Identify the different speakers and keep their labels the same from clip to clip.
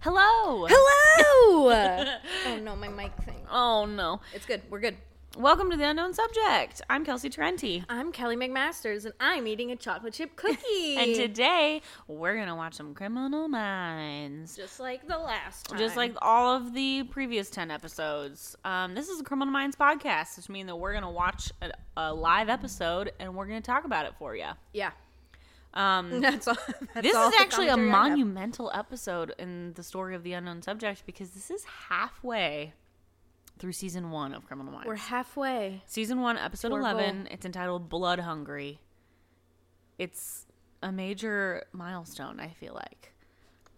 Speaker 1: Hello.
Speaker 2: Hello. oh no, my mic thing.
Speaker 1: Oh no.
Speaker 2: It's good. We're good.
Speaker 1: Welcome to the unknown subject. I'm Kelsey Tarenti.
Speaker 2: I'm Kelly McMasters, and I'm eating a chocolate chip cookie.
Speaker 1: And today we're gonna watch some Criminal Minds,
Speaker 2: just like the last time,
Speaker 1: just like all of the previous ten episodes. Um, this is a Criminal Minds podcast, which means that we're gonna watch a, a live episode and we're gonna talk about it for you.
Speaker 2: yeah.
Speaker 1: Um,
Speaker 2: That's all. That's
Speaker 1: this
Speaker 2: all
Speaker 1: is
Speaker 2: the
Speaker 1: actually a
Speaker 2: commentary I have.
Speaker 1: monumental episode in the story of the unknown subject because this is halfway through season one of Criminal Minds.
Speaker 2: We're halfway.
Speaker 1: Season one, episode
Speaker 2: We're
Speaker 1: eleven. It's entitled "Blood Hungry." It's a major milestone. I feel like,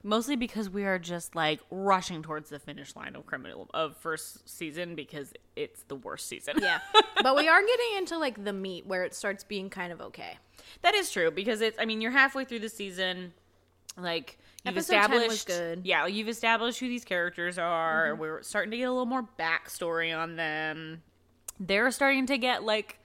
Speaker 1: mostly because we are just like rushing towards the finish line of criminal of first season because it's the worst season.
Speaker 2: Yeah, but we are getting into like the meat where it starts being kind of okay.
Speaker 1: that is true because it's. I mean, you're halfway through the season. Like you've
Speaker 2: Episode 10 was
Speaker 1: established,
Speaker 2: good. Mm-hmm.
Speaker 1: yeah, you've established who these characters are. We're starting to get a little more backstory on them. they're starting to get like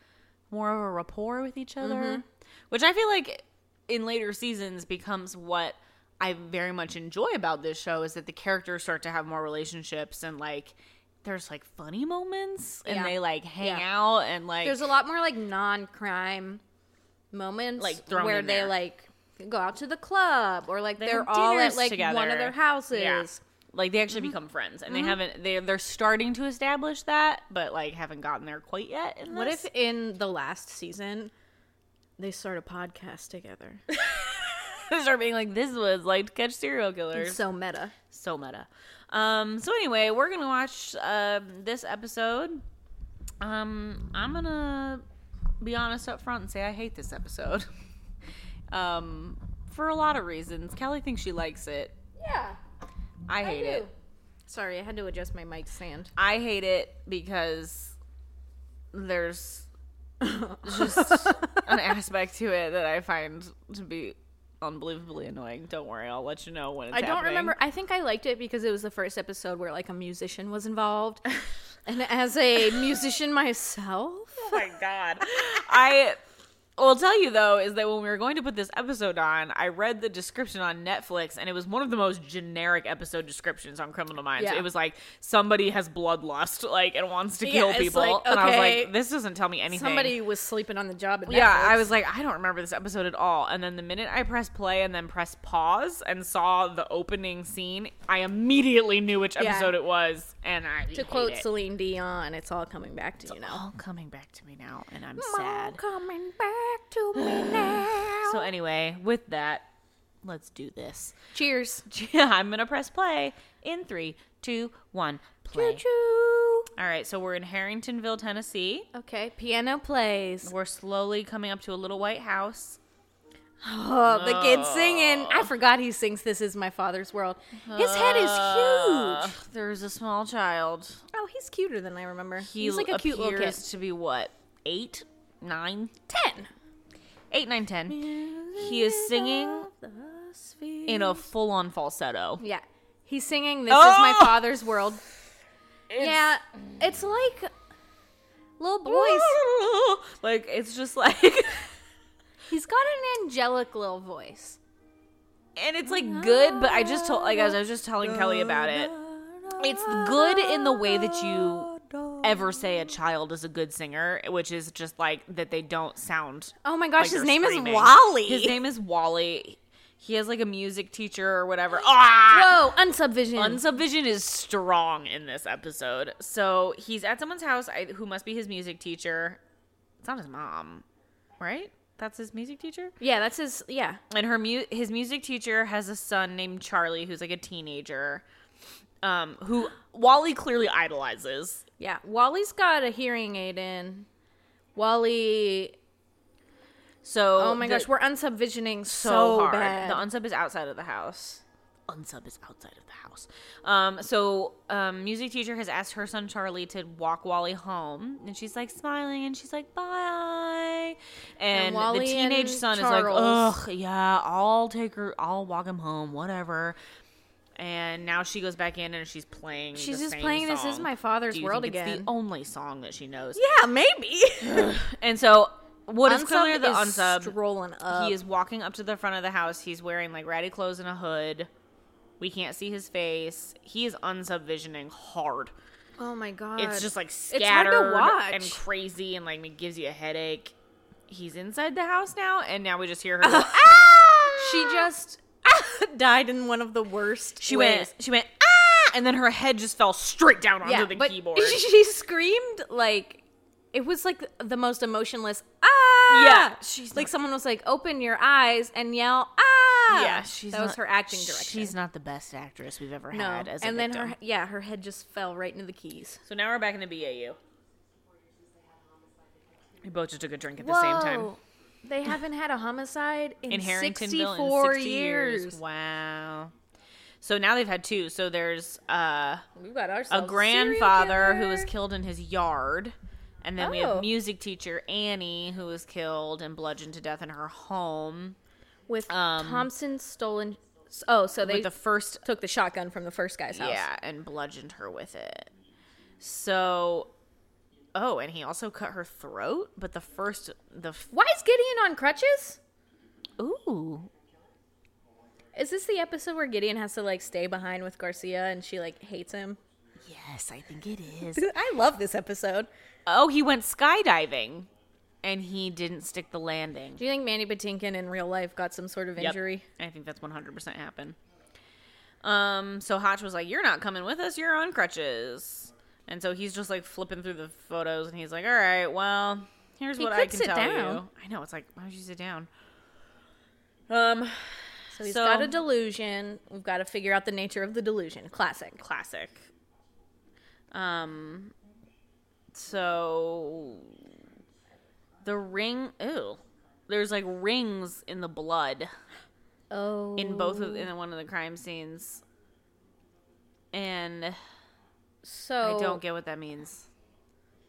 Speaker 1: more of a rapport with each other,
Speaker 2: Mm-hmm.
Speaker 1: which I feel like in later seasons becomes what I very much enjoy about this show is that the characters start to have more relationships and like there's like funny moments and
Speaker 2: Yeah.
Speaker 1: they like hang
Speaker 2: Yeah.
Speaker 1: out and like
Speaker 2: There's a lot more like non-crime moments,
Speaker 1: Like, thrown
Speaker 2: where
Speaker 1: in
Speaker 2: they
Speaker 1: there.
Speaker 2: like go out to the club or like
Speaker 1: they
Speaker 2: they're
Speaker 1: have
Speaker 2: all at
Speaker 1: dinners
Speaker 2: like one
Speaker 1: together.
Speaker 2: of their houses.
Speaker 1: Yeah. Like they actually become friends and they haven't they they're starting to establish that but like haven't gotten there quite yet. in
Speaker 2: What
Speaker 1: this.
Speaker 2: if in the last season they start a podcast together?
Speaker 1: they start being like this was like to catch serial killers?
Speaker 2: so meta.
Speaker 1: so meta. Um, so anyway, we're gonna watch um this episode. Um, I'm gonna be honest up front and say I hate this episode. um, for a lot of reasons. Kelly thinks she likes it.
Speaker 2: Yeah,
Speaker 1: I hate it.
Speaker 2: Sorry, I had to adjust my mic stand.
Speaker 1: I hate it because there's just an aspect to it that I find to be unbelievably annoying. Don't worry, I'll let you know when it's
Speaker 2: I don't
Speaker 1: happening.
Speaker 2: remember. I think I liked it because it was the first episode where like a musician was involved. and as a musician myself,
Speaker 1: Oh my god. I will tell you though is that when we were going to put this episode on, I read the description on Netflix and it was one of the most generic episode descriptions on Criminal Minds.
Speaker 2: Yeah.
Speaker 1: It was like somebody has bloodlust like and wants to kill
Speaker 2: it's
Speaker 1: people.
Speaker 2: like,
Speaker 1: And I was
Speaker 2: okay,
Speaker 1: like, this doesn't tell me anything.
Speaker 2: somebody was sleeping on the job. At
Speaker 1: yeah,
Speaker 2: Netflix.
Speaker 1: I was like, I don't remember this episode at all. And then the minute I pressed play and then pressed pause and saw the opening scene, I immediately knew which episode it was. And I
Speaker 2: To quote Celine Dion, "It's all coming back to you now."
Speaker 1: all coming back to me now, and I'm sad.
Speaker 2: coming back to me now.
Speaker 1: So anyway, with that, let's do this.
Speaker 2: Cheers.
Speaker 1: I'm gonna press play in three, two, one, play.
Speaker 2: Choo.
Speaker 1: All right, so we're in Harringtonville, Tennessee.
Speaker 2: Okay, piano plays.
Speaker 1: We're slowly coming up to a little white house.
Speaker 2: Oh, the kid singing. I forgot he sings "This Is My Father's World." His head is huge.
Speaker 1: Ugh, Uh, there's a small child.
Speaker 2: Oh, he's cuter than I remember.
Speaker 1: He
Speaker 2: he's like a cute little kid.
Speaker 1: appears to be what eight, nine,
Speaker 2: Ten.
Speaker 1: eight, nine, ten. He is singing in a full-on falsetto.
Speaker 2: Yeah. He's singing This Is
Speaker 1: Oh!
Speaker 2: My Father's World. yeah. It's like little boys.
Speaker 1: like it's just like.
Speaker 2: He's got an angelic little voice.
Speaker 1: and it's like good, but I just told like as I was just telling Kelly about it. It's good in the way that you ever say a child is a good singer, which is just like that they don't sound.
Speaker 2: Oh my
Speaker 1: like
Speaker 2: gosh, his
Speaker 1: they're
Speaker 2: name
Speaker 1: screaming.
Speaker 2: is Wally.
Speaker 1: His name is Wally. He has like a music teacher or whatever. Ah!
Speaker 2: Whoa, unsubvision.
Speaker 1: Unsubvision is strong in this episode. So he's at someone's house I, who must be his music teacher. It's not his mom, right? That's his music teacher.
Speaker 2: yeah, that's his yeah.
Speaker 1: and her mu- his music teacher has a son named Charlie who's like a teenager um who Wally clearly idolizes.
Speaker 2: Yeah. Wally's got a hearing aid in. Wally
Speaker 1: So
Speaker 2: Oh my
Speaker 1: the-
Speaker 2: Oh gosh, we're unsubvisioning so,
Speaker 1: so hard.
Speaker 2: bad.
Speaker 1: The unsub is outside of the house. unsub is outside of the house. Um, so um, music teacher has asked her son Charlie to walk Wally home, and she's like smiling, and she's like bye, and, the
Speaker 2: Wally
Speaker 1: teenage
Speaker 2: and
Speaker 1: son
Speaker 2: Charles-
Speaker 1: is like, ugh, yeah, I'll take her, I'll walk him home, whatever. And now she goes back in and she's playing.
Speaker 2: She's
Speaker 1: the
Speaker 2: just
Speaker 1: same
Speaker 2: playing This Is
Speaker 1: song.
Speaker 2: My Father's
Speaker 1: Do you
Speaker 2: World
Speaker 1: think it's
Speaker 2: again.
Speaker 1: the only song that she knows.
Speaker 2: Yeah, maybe.
Speaker 1: And so, what is
Speaker 2: Unsub
Speaker 1: clearly the
Speaker 2: is
Speaker 1: unsub?
Speaker 2: strolling up.
Speaker 1: He is walking up to the front of the house. He's wearing like ratty clothes and a hood. We can't see his face. He is unsubvisioning hard.
Speaker 2: Oh my god.
Speaker 1: It's just like
Speaker 2: hard to
Speaker 1: scattered and
Speaker 2: watch.
Speaker 1: crazy, and like it gives you a headache. He's inside the house now, and now we just hear her.
Speaker 2: Uh-huh.
Speaker 1: go, "Ah!"
Speaker 2: she just died in one of the worst.
Speaker 1: She
Speaker 2: ways.
Speaker 1: went. She went. Ah! And then her head just fell straight down onto the
Speaker 2: but
Speaker 1: keyboard.
Speaker 2: She screamed like it was like the most emotionless ah.
Speaker 1: Yeah, she's
Speaker 2: she's like someone was like, open your eyes and yell ah.
Speaker 1: yeah, she's
Speaker 2: that was
Speaker 1: not-
Speaker 2: her acting direction.
Speaker 1: She's not the best actress we've ever
Speaker 2: no,
Speaker 1: had. As a
Speaker 2: and then
Speaker 1: victim.
Speaker 2: her yeah, her head just fell right into the keys.
Speaker 1: So now we're back in the BAU. We both just took a drink at the same time.
Speaker 2: Whoa. They haven't had a homicide in,
Speaker 1: In Harringtonville in
Speaker 2: 64
Speaker 1: 60 years.
Speaker 2: years.
Speaker 1: Wow. So now they've had two. So there's uh,
Speaker 2: We got
Speaker 1: a
Speaker 2: ourselves
Speaker 1: grandfather
Speaker 2: serial
Speaker 1: who was
Speaker 2: killer.
Speaker 1: killed in his yard. And then we have
Speaker 2: Oh.
Speaker 1: music teacher Annie who was killed and bludgeoned to death in her home.
Speaker 2: with
Speaker 1: um,
Speaker 2: Thompson stolen. Oh, so they
Speaker 1: With the first
Speaker 2: took the shotgun from the first guy's house.
Speaker 1: Yeah, and bludgeoned her with it. So Oh, and he also cut her throat, but the first the f-
Speaker 2: Why is Gideon on crutches?
Speaker 1: Ooh,
Speaker 2: Is this the episode where Gideon has to like stay behind with Garcia and she like hates him?
Speaker 1: Yes, I think it is.
Speaker 2: I love this episode.
Speaker 1: oh, he went skydiving and he didn't stick the landing.
Speaker 2: Do you think Manny Patinkin in real life got some sort of
Speaker 1: Yep.
Speaker 2: injury?
Speaker 1: I think that's 100% happened. Um, so Hotch was like, You're not coming with us. You're on crutches. And so he's just like flipping through the photos and he's like, All right, well, here's
Speaker 2: He
Speaker 1: what I
Speaker 2: could
Speaker 1: can
Speaker 2: sit
Speaker 1: tell
Speaker 2: down.
Speaker 1: you. I know. It's like, Why don't you sit down? Um,
Speaker 2: So he's
Speaker 1: So-
Speaker 2: got a delusion. We've got to figure out the nature of the delusion. Classic.
Speaker 1: classic. Um, so the ring, ew. There's like rings in the blood.
Speaker 2: Oh.
Speaker 1: in both of in one of the crime scenes. And
Speaker 2: so
Speaker 1: I don't get what that means.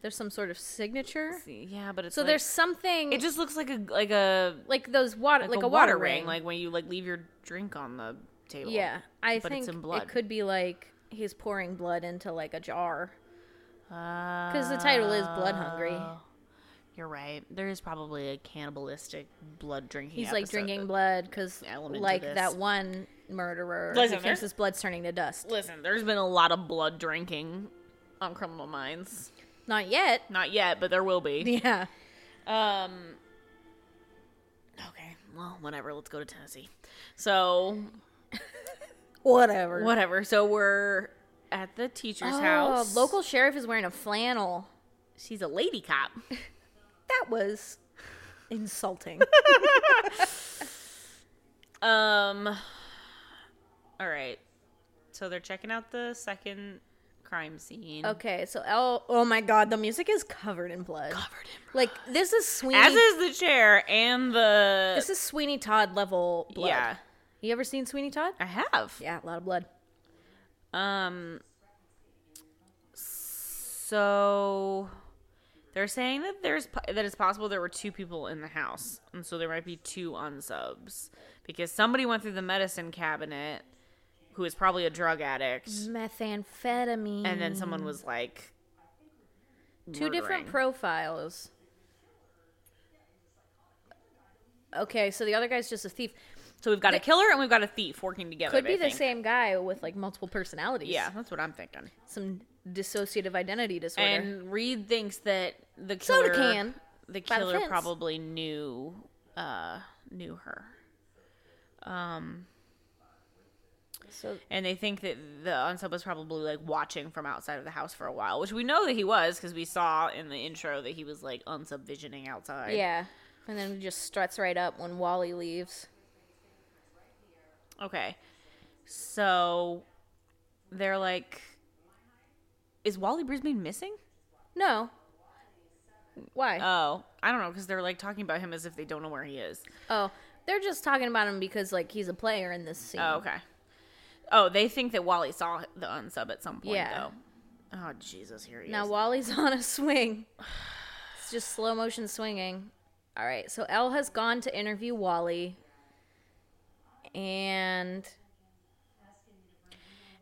Speaker 2: there's some sort of signature.
Speaker 1: Yeah, but it's
Speaker 2: So
Speaker 1: like-
Speaker 2: there's something
Speaker 1: it just looks like a like a
Speaker 2: like those water
Speaker 1: like,
Speaker 2: like, a, water, ring.
Speaker 1: like when you like leave your drink on the table.
Speaker 2: yeah, I
Speaker 1: but
Speaker 2: think
Speaker 1: it's in blood.
Speaker 2: it could be like he's pouring blood into like a jar.
Speaker 1: because
Speaker 2: the title is Blood Hungry.
Speaker 1: Ah, You're right. There is probably a cannibalistic blood drinking.
Speaker 2: He's like
Speaker 1: episode.
Speaker 2: drinking blood because,
Speaker 1: element to
Speaker 2: like
Speaker 1: this.
Speaker 2: that one murderer,
Speaker 1: Listen,
Speaker 2: Listen,
Speaker 1: there's-
Speaker 2: his blood's turning to dust.
Speaker 1: Listen, there's been a lot of blood drinking on Criminal Minds.
Speaker 2: Not yet.
Speaker 1: Not yet, but there will be.
Speaker 2: Yeah.
Speaker 1: Um. Okay. Well, whatever. Let's go to Tennessee. So
Speaker 2: Whatever.
Speaker 1: Whatever. So we're at the teacher's
Speaker 2: Oh,
Speaker 1: house.
Speaker 2: Local sheriff is wearing a flannel.
Speaker 1: She's a lady cop.
Speaker 2: That was insulting.
Speaker 1: Um. All right. So they're checking out the second crime scene.
Speaker 2: okay, so oh, oh my god, the music is covered in blood.
Speaker 1: Covered in
Speaker 2: Like this is Sweeney.
Speaker 1: As is the chair and the.
Speaker 2: this is Sweeney Todd level blood.
Speaker 1: Yeah.
Speaker 2: You ever seen Sweeney Todd?
Speaker 1: I have.
Speaker 2: Yeah, a lot of blood.
Speaker 1: Um. So they're saying that there's po- that it's possible there were two people in the house, and so there might be two unsubs because somebody went through the medicine cabinet, who is probably a drug addict,
Speaker 2: Methamphetamine.
Speaker 1: and then someone was like
Speaker 2: Mm. Two
Speaker 1: murdering.
Speaker 2: different profiles. Okay, so the other guy's just a thief.
Speaker 1: so we've got a killer and we've got a thief working together.
Speaker 2: Could be
Speaker 1: I
Speaker 2: the
Speaker 1: think.
Speaker 2: same guy with like multiple personalities.
Speaker 1: Yeah, that's what I'm thinking.
Speaker 2: Some dissociative identity disorder.
Speaker 1: And Reed thinks that the
Speaker 2: Soda
Speaker 1: killer
Speaker 2: can
Speaker 1: the
Speaker 2: by the
Speaker 1: killer
Speaker 2: fence.
Speaker 1: probably knew uh knew her.
Speaker 2: so
Speaker 1: And they think that the unsub was probably like watching from outside of the house for a while, which we know that he was because we saw in the intro that he was like unsubvisioning outside.
Speaker 2: yeah, and then just struts right up when Wally leaves.
Speaker 1: Okay. So they're like, is Wally Brisbane missing?
Speaker 2: No. Why?
Speaker 1: Oh, I don't know because they're like talking about him as if they don't know where he is.
Speaker 2: oh, they're just talking about him because like he's a player in this scene.
Speaker 1: Oh, okay. Oh, they think that Wally saw the unsub at some point,
Speaker 2: Yeah.
Speaker 1: though. Oh, Jesus, here he
Speaker 2: Now
Speaker 1: is.
Speaker 2: Wally's on a swing. It's just slow motion swinging. All right, so Elle has gone to interview Wally. And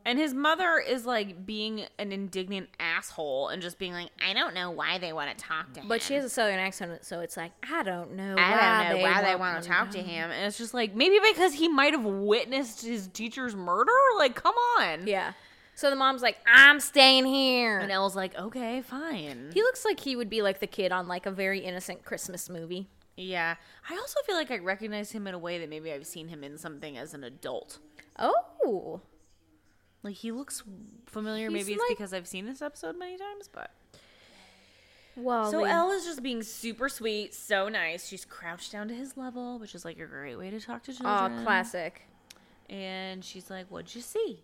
Speaker 1: And his mother is like being an indignant asshole and just being like, I don't know why they want to talk to him.
Speaker 2: but she has a southern accent, so it's like I don't
Speaker 1: I
Speaker 2: know. why
Speaker 1: don't know why they
Speaker 2: won't
Speaker 1: want to
Speaker 2: come
Speaker 1: talk to him. And it's just like, maybe because he might have witnessed his teacher's murder? Like, come on.
Speaker 2: Yeah. So the mom's like, "I'm staying here."
Speaker 1: And Elle's like, okay, fine.
Speaker 2: he looks like he would be like the kid on like a very innocent Christmas movie.
Speaker 1: Yeah. I also feel like I recognize him in a way that maybe I've seen him in something as an adult.
Speaker 2: Oh,
Speaker 1: Like, he looks familiar.
Speaker 2: He's
Speaker 1: maybe it's
Speaker 2: like-
Speaker 1: because I've seen this episode many times, but.
Speaker 2: Wally.
Speaker 1: So Elle is just being super sweet, so nice. She's crouched down to his level, which is like a great way to talk to
Speaker 2: Aw,
Speaker 1: children.
Speaker 2: classic.
Speaker 1: And she's like, "What'd you see?"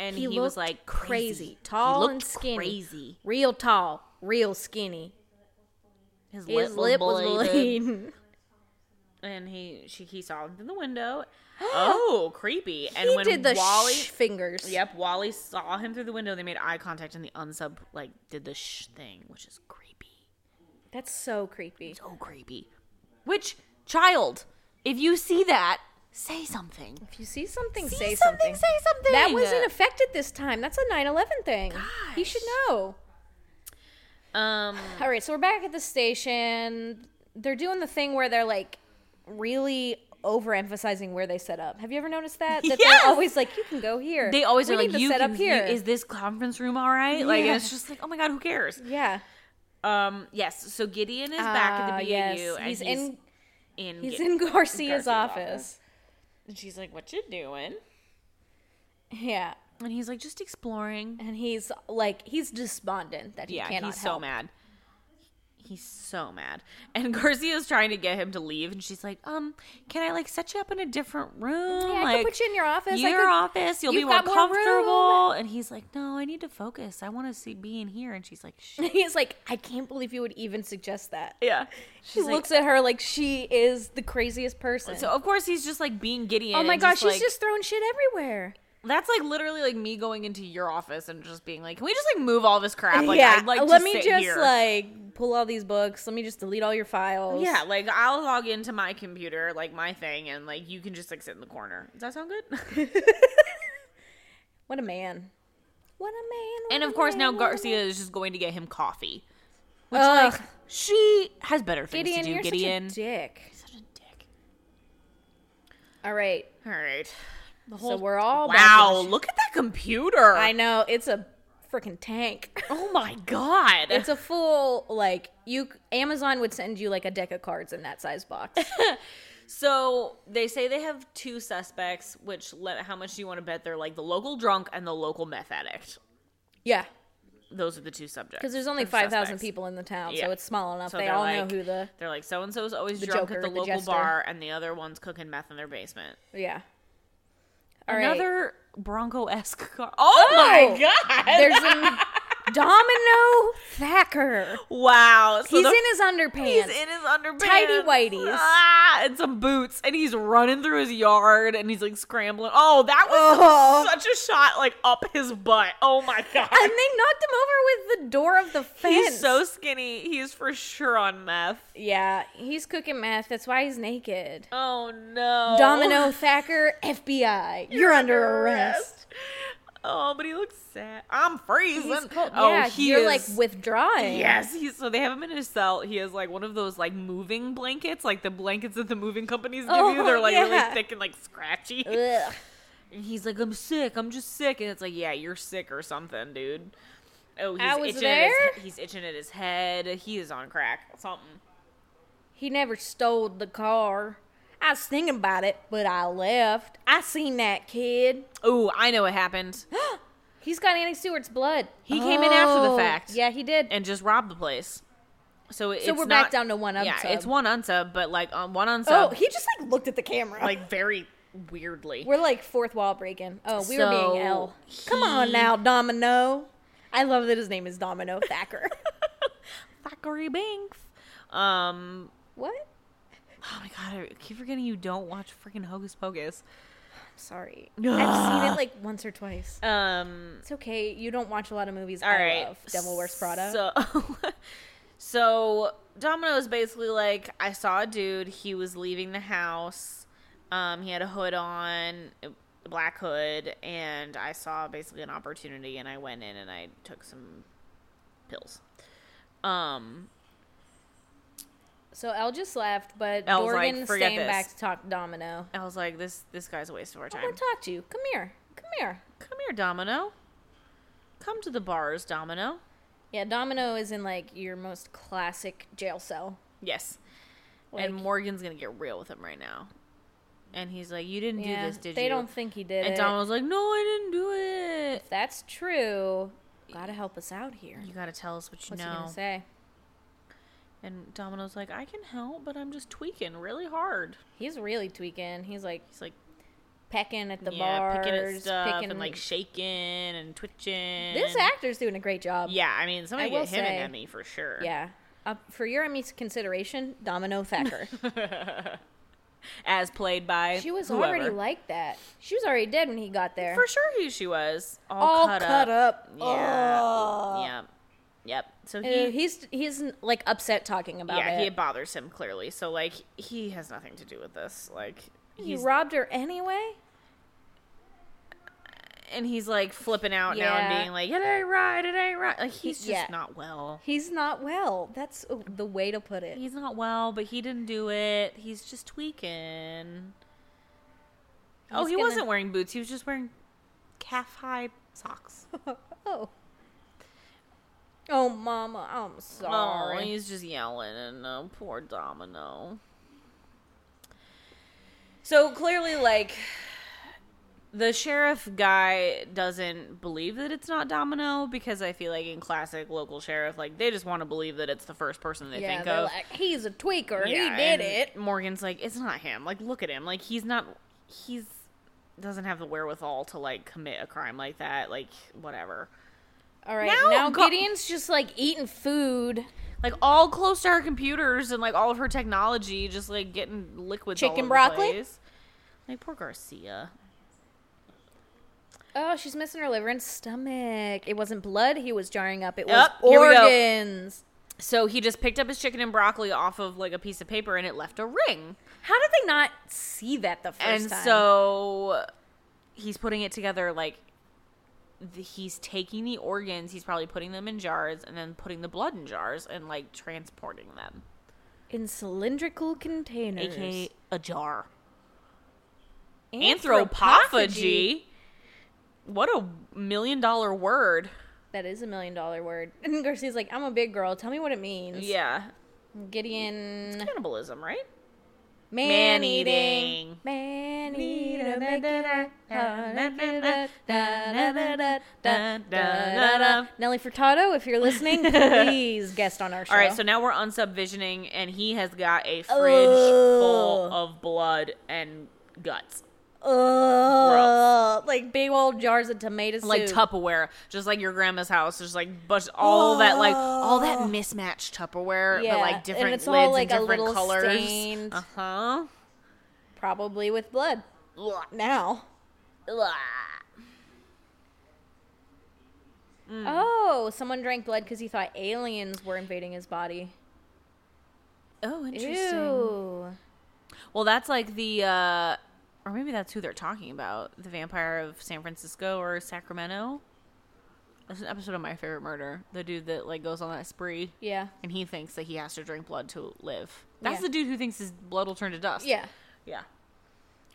Speaker 1: And
Speaker 2: He
Speaker 1: he, was
Speaker 2: looked
Speaker 1: like
Speaker 2: crazy,
Speaker 1: crazy,
Speaker 2: tall
Speaker 1: He looked
Speaker 2: and skinny.
Speaker 1: Crazy.
Speaker 2: Real tall, real skinny.
Speaker 1: His,
Speaker 2: His
Speaker 1: lip,
Speaker 2: lip was
Speaker 1: was bleeding.
Speaker 2: bleeding.
Speaker 1: And he she he saw him through the window. oh, creepy! And
Speaker 2: he
Speaker 1: when
Speaker 2: did the
Speaker 1: Wally,
Speaker 2: sh- fingers.
Speaker 1: yep, Wally saw him through the window. They made eye contact, and the unsub like did the shh thing, which is creepy.
Speaker 2: That's so creepy.
Speaker 1: So creepy. Which child, if you see that, say something.
Speaker 2: If you see something,
Speaker 1: See
Speaker 2: say something.
Speaker 1: Say something.
Speaker 2: That wasn't affected this time. That's a 9/11 thing. He should
Speaker 1: Gosh.
Speaker 2: know.
Speaker 1: um.
Speaker 2: All right, so we're back at the station. They're doing the thing where they're like really overemphasizing where they set up. Have you ever noticed that? That
Speaker 1: Yes!
Speaker 2: they're always like, you can go here.
Speaker 1: They always
Speaker 2: we
Speaker 1: are like,
Speaker 2: need to
Speaker 1: you
Speaker 2: set
Speaker 1: can,
Speaker 2: up here.
Speaker 1: you- is this conference room all right? Like,
Speaker 2: Yeah.
Speaker 1: it's just like, oh my god, who cares?
Speaker 2: yeah,
Speaker 1: Um, yes. So Gideon is back at
Speaker 2: Ah,
Speaker 1: the BAU,
Speaker 2: yes.
Speaker 1: and
Speaker 2: He's,
Speaker 1: he's,
Speaker 2: in.
Speaker 1: in.
Speaker 2: He's
Speaker 1: Gi-
Speaker 2: in Garcia's,
Speaker 1: Garcia's
Speaker 2: office.
Speaker 1: And she's like, "What you doing?"
Speaker 2: Yeah,
Speaker 1: And he's like, "Just exploring."
Speaker 2: and he's like, he's despondent that he
Speaker 1: yeah,
Speaker 2: cannot
Speaker 1: he's so
Speaker 2: help.
Speaker 1: mad. He's so mad. And Garcia's trying to get him to leave, and she's like, "Um, can I like set you up in a different room?
Speaker 2: Yeah,
Speaker 1: like,
Speaker 2: I could put you in your office. I
Speaker 1: your
Speaker 2: could-
Speaker 1: office. You'll be
Speaker 2: you've
Speaker 1: more
Speaker 2: got more room."
Speaker 1: comfortable." and he's like, "No, I need to focus. I want to see be in here." And she's like, "Shit."
Speaker 2: He's like, I can't believe you would even suggest that.
Speaker 1: "Yeah."
Speaker 2: She
Speaker 1: She's like,
Speaker 2: looks at her like she is the craziest person.
Speaker 1: So of course he's just like being Gideon.
Speaker 2: oh my
Speaker 1: and
Speaker 2: gosh, she's
Speaker 1: like-
Speaker 2: just throwing shit everywhere.
Speaker 1: that's like literally like me going into your office and just being like, can we just like move all this crap? Like,
Speaker 2: yeah,
Speaker 1: I'd like
Speaker 2: let
Speaker 1: to
Speaker 2: me
Speaker 1: sit
Speaker 2: just
Speaker 1: here.
Speaker 2: like pull all these books. Let me just delete all your files.
Speaker 1: yeah, like I'll log into my computer, like my thing, and like you can just like sit in the corner. Does that sound good?
Speaker 2: what a man. What a man. what
Speaker 1: and
Speaker 2: a
Speaker 1: of course now
Speaker 2: man, what a
Speaker 1: Garcia
Speaker 2: man.
Speaker 1: is just going to get him coffee, which
Speaker 2: Ugh.
Speaker 1: like she has better things
Speaker 2: Gideon,
Speaker 1: to do.
Speaker 2: you're
Speaker 1: Gideon,
Speaker 2: such a dick.
Speaker 1: Such a dick.
Speaker 2: All right,
Speaker 1: All right, the
Speaker 2: so we're all back in the
Speaker 1: wow.
Speaker 2: sh-
Speaker 1: Look at that computer.
Speaker 2: I know it's a freaking tank.
Speaker 1: oh my god.
Speaker 2: It's a full like you. Amazon would send you like a deck of cards in that size box.
Speaker 1: So they say they have two suspects, which let, how much do you want to bet they're like the local drunk and the local meth addict?
Speaker 2: yeah,
Speaker 1: Those are the two subjects.
Speaker 2: because there's only
Speaker 1: or
Speaker 2: five thousand
Speaker 1: suspects.
Speaker 2: people in the town,
Speaker 1: Yeah.
Speaker 2: so it's small enough.
Speaker 1: So
Speaker 2: they
Speaker 1: they're
Speaker 2: all
Speaker 1: like,
Speaker 2: know who the
Speaker 1: They're like so and so is always
Speaker 2: The
Speaker 1: drunk
Speaker 2: Joker,
Speaker 1: at the
Speaker 2: the
Speaker 1: local
Speaker 2: jester.
Speaker 1: bar, and the other one's cooking meth in their basement.
Speaker 2: yeah. All right.
Speaker 1: Another Bronco esque car. Oh, my god!
Speaker 2: There's a Domino Thacker.
Speaker 1: wow. So
Speaker 2: He's
Speaker 1: the-
Speaker 2: in his underpants.
Speaker 1: He's in his underpants,
Speaker 2: Tidy whities.
Speaker 1: ah, and some boots, and he's running through his yard, and he's like scrambling. Oh, that was
Speaker 2: Oh.
Speaker 1: such a shot, like up his butt. Oh my god!
Speaker 2: and they knocked him over with the door of the fence.
Speaker 1: He's so skinny. He's for sure on meth.
Speaker 2: yeah, he's cooking meth. That's why he's naked.
Speaker 1: Oh no,
Speaker 2: Domino Thacker, FBI. You're, under arrest.
Speaker 1: Oh, but he looks sad. I'm freezing.
Speaker 2: He's cold.
Speaker 1: Oh,
Speaker 2: yeah,
Speaker 1: he
Speaker 2: you're
Speaker 1: is-
Speaker 2: like withdrawing.
Speaker 1: Yes, he's, so they have him in his cell. He has like one of those like moving blankets, like the blankets that the moving companies give you.
Speaker 2: Oh,
Speaker 1: They're like
Speaker 2: yeah.
Speaker 1: really thick and like scratchy.
Speaker 2: Ugh.
Speaker 1: And he's like, I'm sick. I'm just sick. And it's like, yeah, you're sick or something, dude. Oh, he's
Speaker 2: I was
Speaker 1: itching
Speaker 2: there.
Speaker 1: At his, he's itching at his head. He is on crack. Something.
Speaker 2: He never stole the car. I was thinking about it, but I left. I seen that kid.
Speaker 1: Oh, I know what happened.
Speaker 2: He's got Annie Stewart's blood.
Speaker 1: He came in after the
Speaker 2: Oh,
Speaker 1: fact.
Speaker 2: Yeah, he did.
Speaker 1: and just robbed the place. So, it's
Speaker 2: so we're back
Speaker 1: not-
Speaker 2: down to one unsub.
Speaker 1: Yeah, it's one unsub, but like um, one
Speaker 2: Oh,
Speaker 1: unsub,
Speaker 2: he just like looked at the camera.
Speaker 1: like very weirdly.
Speaker 2: we're like fourth wall breaking. Oh, we were
Speaker 1: So,
Speaker 2: being L. Come on
Speaker 1: he-
Speaker 2: now, Domino. I love that his name is Domino Thacker.
Speaker 1: Thackeray Banks. Um.
Speaker 2: what?
Speaker 1: Oh my god, I keep forgetting you don't watch freaking Hocus Pocus.
Speaker 2: Sorry. I've seen it like once or twice.
Speaker 1: Um,
Speaker 2: It's okay. You don't watch a lot of movies.
Speaker 1: All
Speaker 2: I
Speaker 1: right.
Speaker 2: love. Devil Wears Prada.
Speaker 1: So, so Domino is basically like, I saw a dude. He was leaving the house. Um, he had a hood on, a black hood, and I saw basically an opportunity, and I went in and I took some pills. Um,
Speaker 2: So Elle just left, but
Speaker 1: Elle was like,
Speaker 2: Dorgan's
Speaker 1: "Forget
Speaker 2: staying
Speaker 1: this."
Speaker 2: back to talk to Domino.
Speaker 1: I was like, this this guy's a waste of our
Speaker 2: I
Speaker 1: time.
Speaker 2: want to talk to you. Come here. Come here.
Speaker 1: Come here, Domino. Come to the bars, Domino.
Speaker 2: Yeah, Domino is in like your most classic jail cell.
Speaker 1: Yes.
Speaker 2: Like,
Speaker 1: and Morgan's gonna get real with him right now. And he's like, "You didn't
Speaker 2: yeah,
Speaker 1: do this, did
Speaker 2: they
Speaker 1: you?"
Speaker 2: don't think he did
Speaker 1: And
Speaker 2: it.
Speaker 1: Don was like, "No, I didn't do it."
Speaker 2: If that's true, gotta help us out here.
Speaker 1: You gotta tell us what you
Speaker 2: What's he
Speaker 1: know.
Speaker 2: gonna say?
Speaker 1: And Domino's like, I can help, but I'm just tweaking really hard.
Speaker 2: He's really tweaking. He's like
Speaker 1: He's like,
Speaker 2: pecking at the
Speaker 1: yeah,
Speaker 2: bars,
Speaker 1: picking at stuff
Speaker 2: picking-
Speaker 1: and like shaking and twitching.
Speaker 2: this actor's doing a great job.
Speaker 1: yeah, I mean, somebody
Speaker 2: I will
Speaker 1: get him
Speaker 2: say-
Speaker 1: an Emmy for sure.
Speaker 2: yeah. Up for your Emmy's consideration, Domino Thacker.
Speaker 1: as played by
Speaker 2: she was
Speaker 1: whoever.
Speaker 2: already like that. She was already dead when he got there.
Speaker 1: for sure who she was all,
Speaker 2: all
Speaker 1: cut, up. Yeah, yeah, yep. So
Speaker 2: Uh,
Speaker 1: he,
Speaker 2: he's he's like upset talking about
Speaker 1: yeah, he
Speaker 2: it.
Speaker 1: bothers him clearly. So like, he has nothing to do with this. Like,
Speaker 2: He,
Speaker 1: he's
Speaker 2: robbed her anyway.
Speaker 1: and he's like flipping out now and
Speaker 2: Yeah.
Speaker 1: being like, "It ain't right, it ain't right." Like he's just
Speaker 2: yeah.
Speaker 1: not well.
Speaker 2: He's not well. That's uh, the way to put it.
Speaker 1: He's not well, but he didn't do it. He's just tweaking. oh,
Speaker 2: He's
Speaker 1: he
Speaker 2: gonna-
Speaker 1: wasn't wearing boots. He was just wearing calf high socks.
Speaker 2: Oh. Oh, mama, I'm
Speaker 1: Oh,
Speaker 2: sorry.
Speaker 1: he's just yelling, and uh, poor Domino. So clearly, like the sheriff guy doesn't believe that it's not Domino because I feel like in classic local sheriff, like they just want to believe that it's the first person they
Speaker 2: yeah,
Speaker 1: think
Speaker 2: they're
Speaker 1: of.
Speaker 2: like, he's a tweaker.
Speaker 1: Yeah,
Speaker 2: he did
Speaker 1: and
Speaker 2: it.
Speaker 1: Morgan's like, it's not him. Like, look at him. Like, he's not. He's doesn't have the wherewithal to like commit a crime like that. Like, whatever.
Speaker 2: All right,
Speaker 1: Now
Speaker 2: now,
Speaker 1: go-
Speaker 2: Gideon's just like eating food,
Speaker 1: Like all close to her computers and like all of her technology, just like getting liquids. all
Speaker 2: Chicken
Speaker 1: over the
Speaker 2: broccoli?
Speaker 1: place. Like poor Garcia.
Speaker 2: Oh, she's missing her liver and stomach. It wasn't blood he was jarring up. It was
Speaker 1: Yep, here we go.
Speaker 2: organs.
Speaker 1: So he just picked up his chicken and broccoli off of like a piece of paper and it left a ring.
Speaker 2: How did they not see that the first
Speaker 1: and
Speaker 2: time?
Speaker 1: so he's putting it together like th- he's taking the organs he's probably putting them in jars and then putting the blood in jars and like transporting them
Speaker 2: in cylindrical containers,
Speaker 1: aka a jar
Speaker 2: Anthropophagy?
Speaker 1: anthropophagy what a million dollar word
Speaker 2: That is a million dollar word. And Garcia's like, "I'm a big girl. Tell me what it means."
Speaker 1: yeah
Speaker 2: Gideon,
Speaker 1: cannibalism right
Speaker 2: man
Speaker 1: Man-eating.
Speaker 2: eating, man eating. Nelly Furtado, if you're listening, please guest on our show.
Speaker 1: all right so now we're unsubvisioning and he has got a fridge
Speaker 2: Ugh.
Speaker 1: full of blood and guts
Speaker 2: Ugh, like big old jars of tomato soup.
Speaker 1: like Tupperware, just like your grandma's house, just like but all that like all that mismatched Tupperware,
Speaker 2: Yeah,
Speaker 1: but like
Speaker 2: and
Speaker 1: different
Speaker 2: it's
Speaker 1: lids
Speaker 2: all, like, a
Speaker 1: and different
Speaker 2: little
Speaker 1: colors.
Speaker 2: stained.
Speaker 1: Uh huh.
Speaker 2: probably with blood. Now. Oh, someone drank blood because he thought aliens were invading his body.
Speaker 1: Oh, interesting.
Speaker 2: Ew.
Speaker 1: Well, that's like the, uh or maybe that's who they're talking about, the vampire of San Francisco or Sacramento. That's an episode of My Favorite Murder. The dude that like goes on that spree.
Speaker 2: Yeah.
Speaker 1: And he thinks that he has to drink blood to live. That's
Speaker 2: Yeah.
Speaker 1: the dude who thinks his blood will turn to dust.
Speaker 2: Yeah.
Speaker 1: Yeah.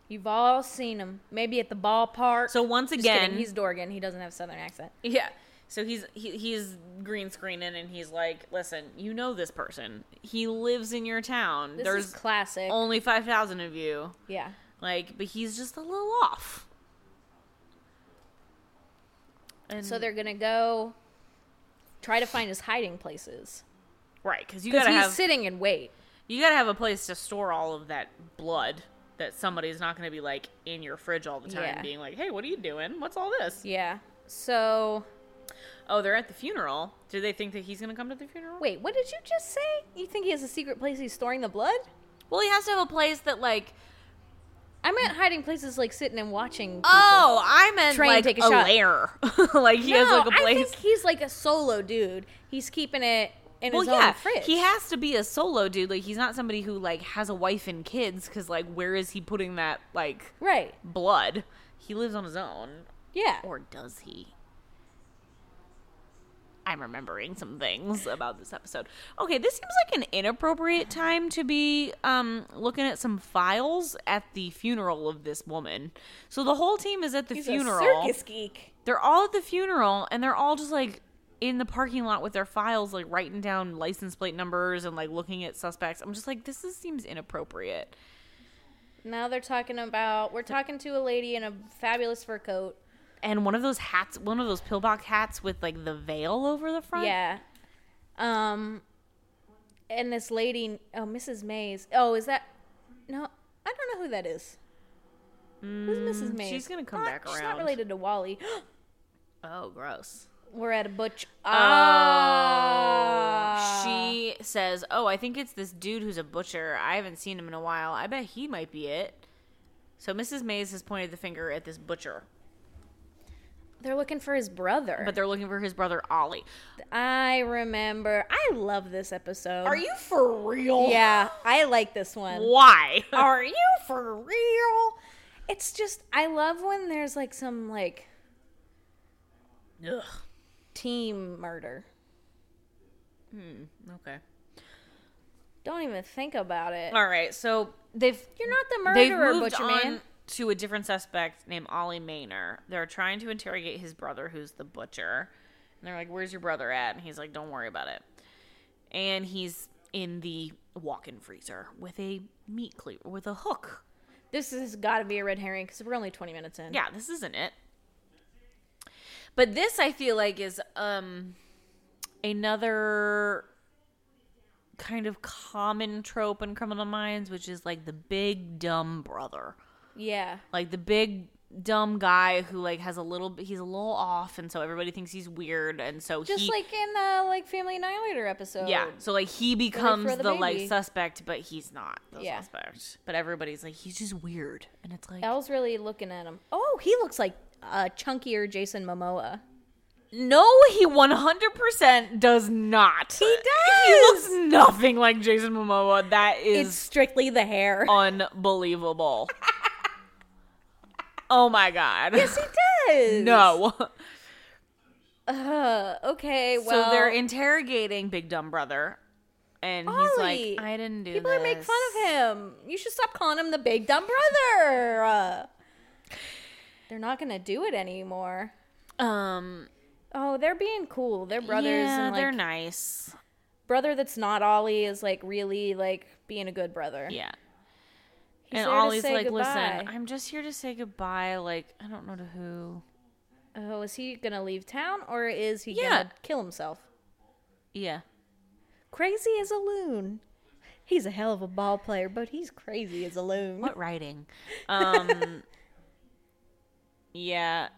Speaker 2: You've all seen him. Maybe at the ballpark.
Speaker 1: So once
Speaker 2: Just kidding,
Speaker 1: again,
Speaker 2: he's Dorgan. He doesn't have a southern accent.
Speaker 1: Yeah. So he's he, he's green screening and he's like, "Listen, you know this person. He lives in your town.
Speaker 2: This
Speaker 1: There's
Speaker 2: is classic.
Speaker 1: only 5,000 of you."
Speaker 2: yeah.
Speaker 1: Like, but he's just a little off. And
Speaker 2: So they're gonna go try to find his hiding places
Speaker 1: right cuz you got
Speaker 2: because
Speaker 1: to
Speaker 2: he's
Speaker 1: have
Speaker 2: sitting and wait.
Speaker 1: you got to have a place to store all of that blood that somebody's not going to be like in your fridge all the time
Speaker 2: Yeah.
Speaker 1: being like, "Hey, what are you doing? What's all this?"
Speaker 2: Yeah. So
Speaker 1: Oh, they're at the funeral. Do they think that he's going to come to the funeral?
Speaker 2: wait, what did you just say? You think he has a secret place he's storing the blood?
Speaker 1: Well, he has to have a place that like
Speaker 2: I meant hiding places like sitting and watching. People.
Speaker 1: Oh, I meant
Speaker 2: Train,
Speaker 1: like
Speaker 2: take a
Speaker 1: a,
Speaker 2: shot.
Speaker 1: lair. like he has like a
Speaker 2: I
Speaker 1: place.
Speaker 2: think he's like a solo dude. He's keeping it in
Speaker 1: well,
Speaker 2: his
Speaker 1: yeah,
Speaker 2: own fridge.
Speaker 1: he has to be a solo dude. Like he's not somebody who like has a wife and kids because like where is he putting that like
Speaker 2: right.
Speaker 1: blood? He lives on his own,
Speaker 2: Yeah.
Speaker 1: or does he? I'm remembering some things about this episode. Okay, this seems like an inappropriate time to be um, looking at some files at the funeral of this woman. So the whole team is at the
Speaker 2: He's
Speaker 1: funeral
Speaker 2: a circus geek.
Speaker 1: they're all at the funeral and they're all just like in the parking lot with their files like writing down license plate numbers and like looking at suspects i'm just like this is, seems inappropriate
Speaker 2: Now they're talking about we're talking to a lady in a fabulous fur coat.
Speaker 1: and one of those hats one of those pillbox hats with like the veil over the front
Speaker 2: Yeah. Um and this lady oh Mrs. Mays. Oh, is that no, I don't know who that is. Who's Mrs. Mays?
Speaker 1: Mm, she's gonna come
Speaker 2: Not-
Speaker 1: back
Speaker 2: She's
Speaker 1: around.
Speaker 2: not related to Wally.
Speaker 1: oh gross
Speaker 2: We're at a butch
Speaker 1: Oh,
Speaker 2: Ah.
Speaker 1: she says, "Oh, I think it's this dude who's a butcher. I haven't seen him in a while. I bet he might be it." So Mrs. Mays has pointed the finger at this butcher,
Speaker 2: They're looking for his brother.
Speaker 1: but they're looking for his brother Ollie.
Speaker 2: I remember. I love this episode.
Speaker 1: Are you for real?
Speaker 2: Yeah, I like this one.
Speaker 1: Why?
Speaker 2: Are you for real? It's just I love when there's like some like
Speaker 1: Ugh.
Speaker 2: team murder.
Speaker 1: Okay.
Speaker 2: Don't even think about it.
Speaker 1: All right. So they've
Speaker 2: You're not the
Speaker 1: they've
Speaker 2: murderer,
Speaker 1: moved
Speaker 2: butcher
Speaker 1: on
Speaker 2: man.
Speaker 1: to a different suspect named Ollie Maynor. They're trying to interrogate his brother, who's the butcher. And they're like, "Where's your brother at?" And he's like, "Don't worry about it." And he's in the walk-in freezer with a meat cleaver with a hook.
Speaker 2: This has got to be a red herring because we're only 20 minutes in.
Speaker 1: Yeah, this isn't it. But this I feel like is um another kind of common trope in criminal minds, which is like the big dumb brother.
Speaker 2: Yeah.
Speaker 1: Like the big dumb guy who like has a little he's a little off and so everybody thinks he's weird and so
Speaker 2: Just
Speaker 1: he
Speaker 2: like in the like Family Annihilator episode.
Speaker 1: yeah, so like he becomes
Speaker 2: throw
Speaker 1: the,
Speaker 2: the
Speaker 1: like
Speaker 2: baby.
Speaker 1: suspect, but he's not the
Speaker 2: Yeah.
Speaker 1: suspect. But everybody's like he's just weird, and it's like
Speaker 2: Elle's really looking at him. Oh, he looks like a chunkier Jason Momoa.
Speaker 1: No, he 100% does not. He
Speaker 2: does.
Speaker 1: He looks nothing like Jason Momoa. That
Speaker 2: It's
Speaker 1: is
Speaker 2: strictly the hair.
Speaker 1: unbelievable. oh my god.
Speaker 2: Yes, he does.
Speaker 1: no.
Speaker 2: Uh, okay. Well,
Speaker 1: so they're interrogating Big Dumb Brother and he's
Speaker 2: Ollie,
Speaker 1: like, "I didn't do
Speaker 2: People
Speaker 1: this."
Speaker 2: are make fun of him. You should stop calling him the big dumb brother. Uh, they're not gonna do it anymore.
Speaker 1: him. Um
Speaker 2: Oh, they're being cool. They're brothers,
Speaker 1: yeah,
Speaker 2: and like
Speaker 1: they're nice.
Speaker 2: brother that's not Ollie is like really like being a good brother.
Speaker 1: Yeah.
Speaker 2: He's
Speaker 1: and
Speaker 2: there to
Speaker 1: Ollie's
Speaker 2: say
Speaker 1: like,
Speaker 2: goodbye."
Speaker 1: "Listen, I'm just here to say goodbye. Like, I don't know to who."
Speaker 2: Oh, is he gonna leave town or is he
Speaker 1: Yeah.
Speaker 2: gonna kill himself?
Speaker 1: Yeah.
Speaker 2: Crazy as a loon. He's a hell of a ball player, but he's crazy as a loon.
Speaker 1: What writing? Um Yeah.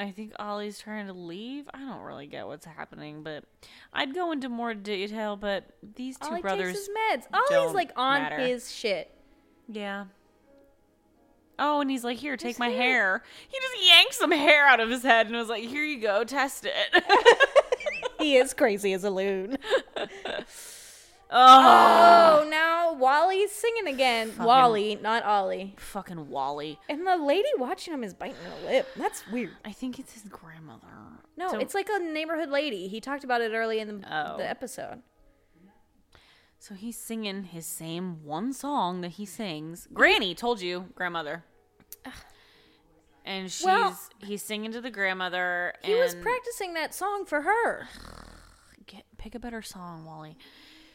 Speaker 1: I think Ollie's trying to leave. I don't really get what's happening, but I'd go into more detail, but these two
Speaker 2: Ollie
Speaker 1: brothers
Speaker 2: takes his meds. Ollie's
Speaker 1: don't
Speaker 2: Oh, like on
Speaker 1: matter.
Speaker 2: his shit.
Speaker 1: Yeah. Oh, and he's like, "Here, take
Speaker 2: Just
Speaker 1: my
Speaker 2: here.
Speaker 1: hair." He just yanked some hair out of his head and was like, "Here you go, test it."
Speaker 2: He is crazy as a loon.
Speaker 1: oh,
Speaker 2: Oh, now Wally's singing again. Wally, not Ollie.
Speaker 1: fucking Wally.
Speaker 2: And the lady watching him is biting her lip. That's weird.
Speaker 1: I think it's his grandmother.
Speaker 2: No,
Speaker 1: So-
Speaker 2: it's like a neighborhood lady. He talked about it early in the,
Speaker 1: Oh.
Speaker 2: the episode.
Speaker 1: So he's singing his same one song that he sings. Granny told you, grandmother. And she's
Speaker 2: Well-
Speaker 1: he's singing to the grandmother.
Speaker 2: He
Speaker 1: and
Speaker 2: was practicing that song for her.
Speaker 1: Get, pick a better song, Wally.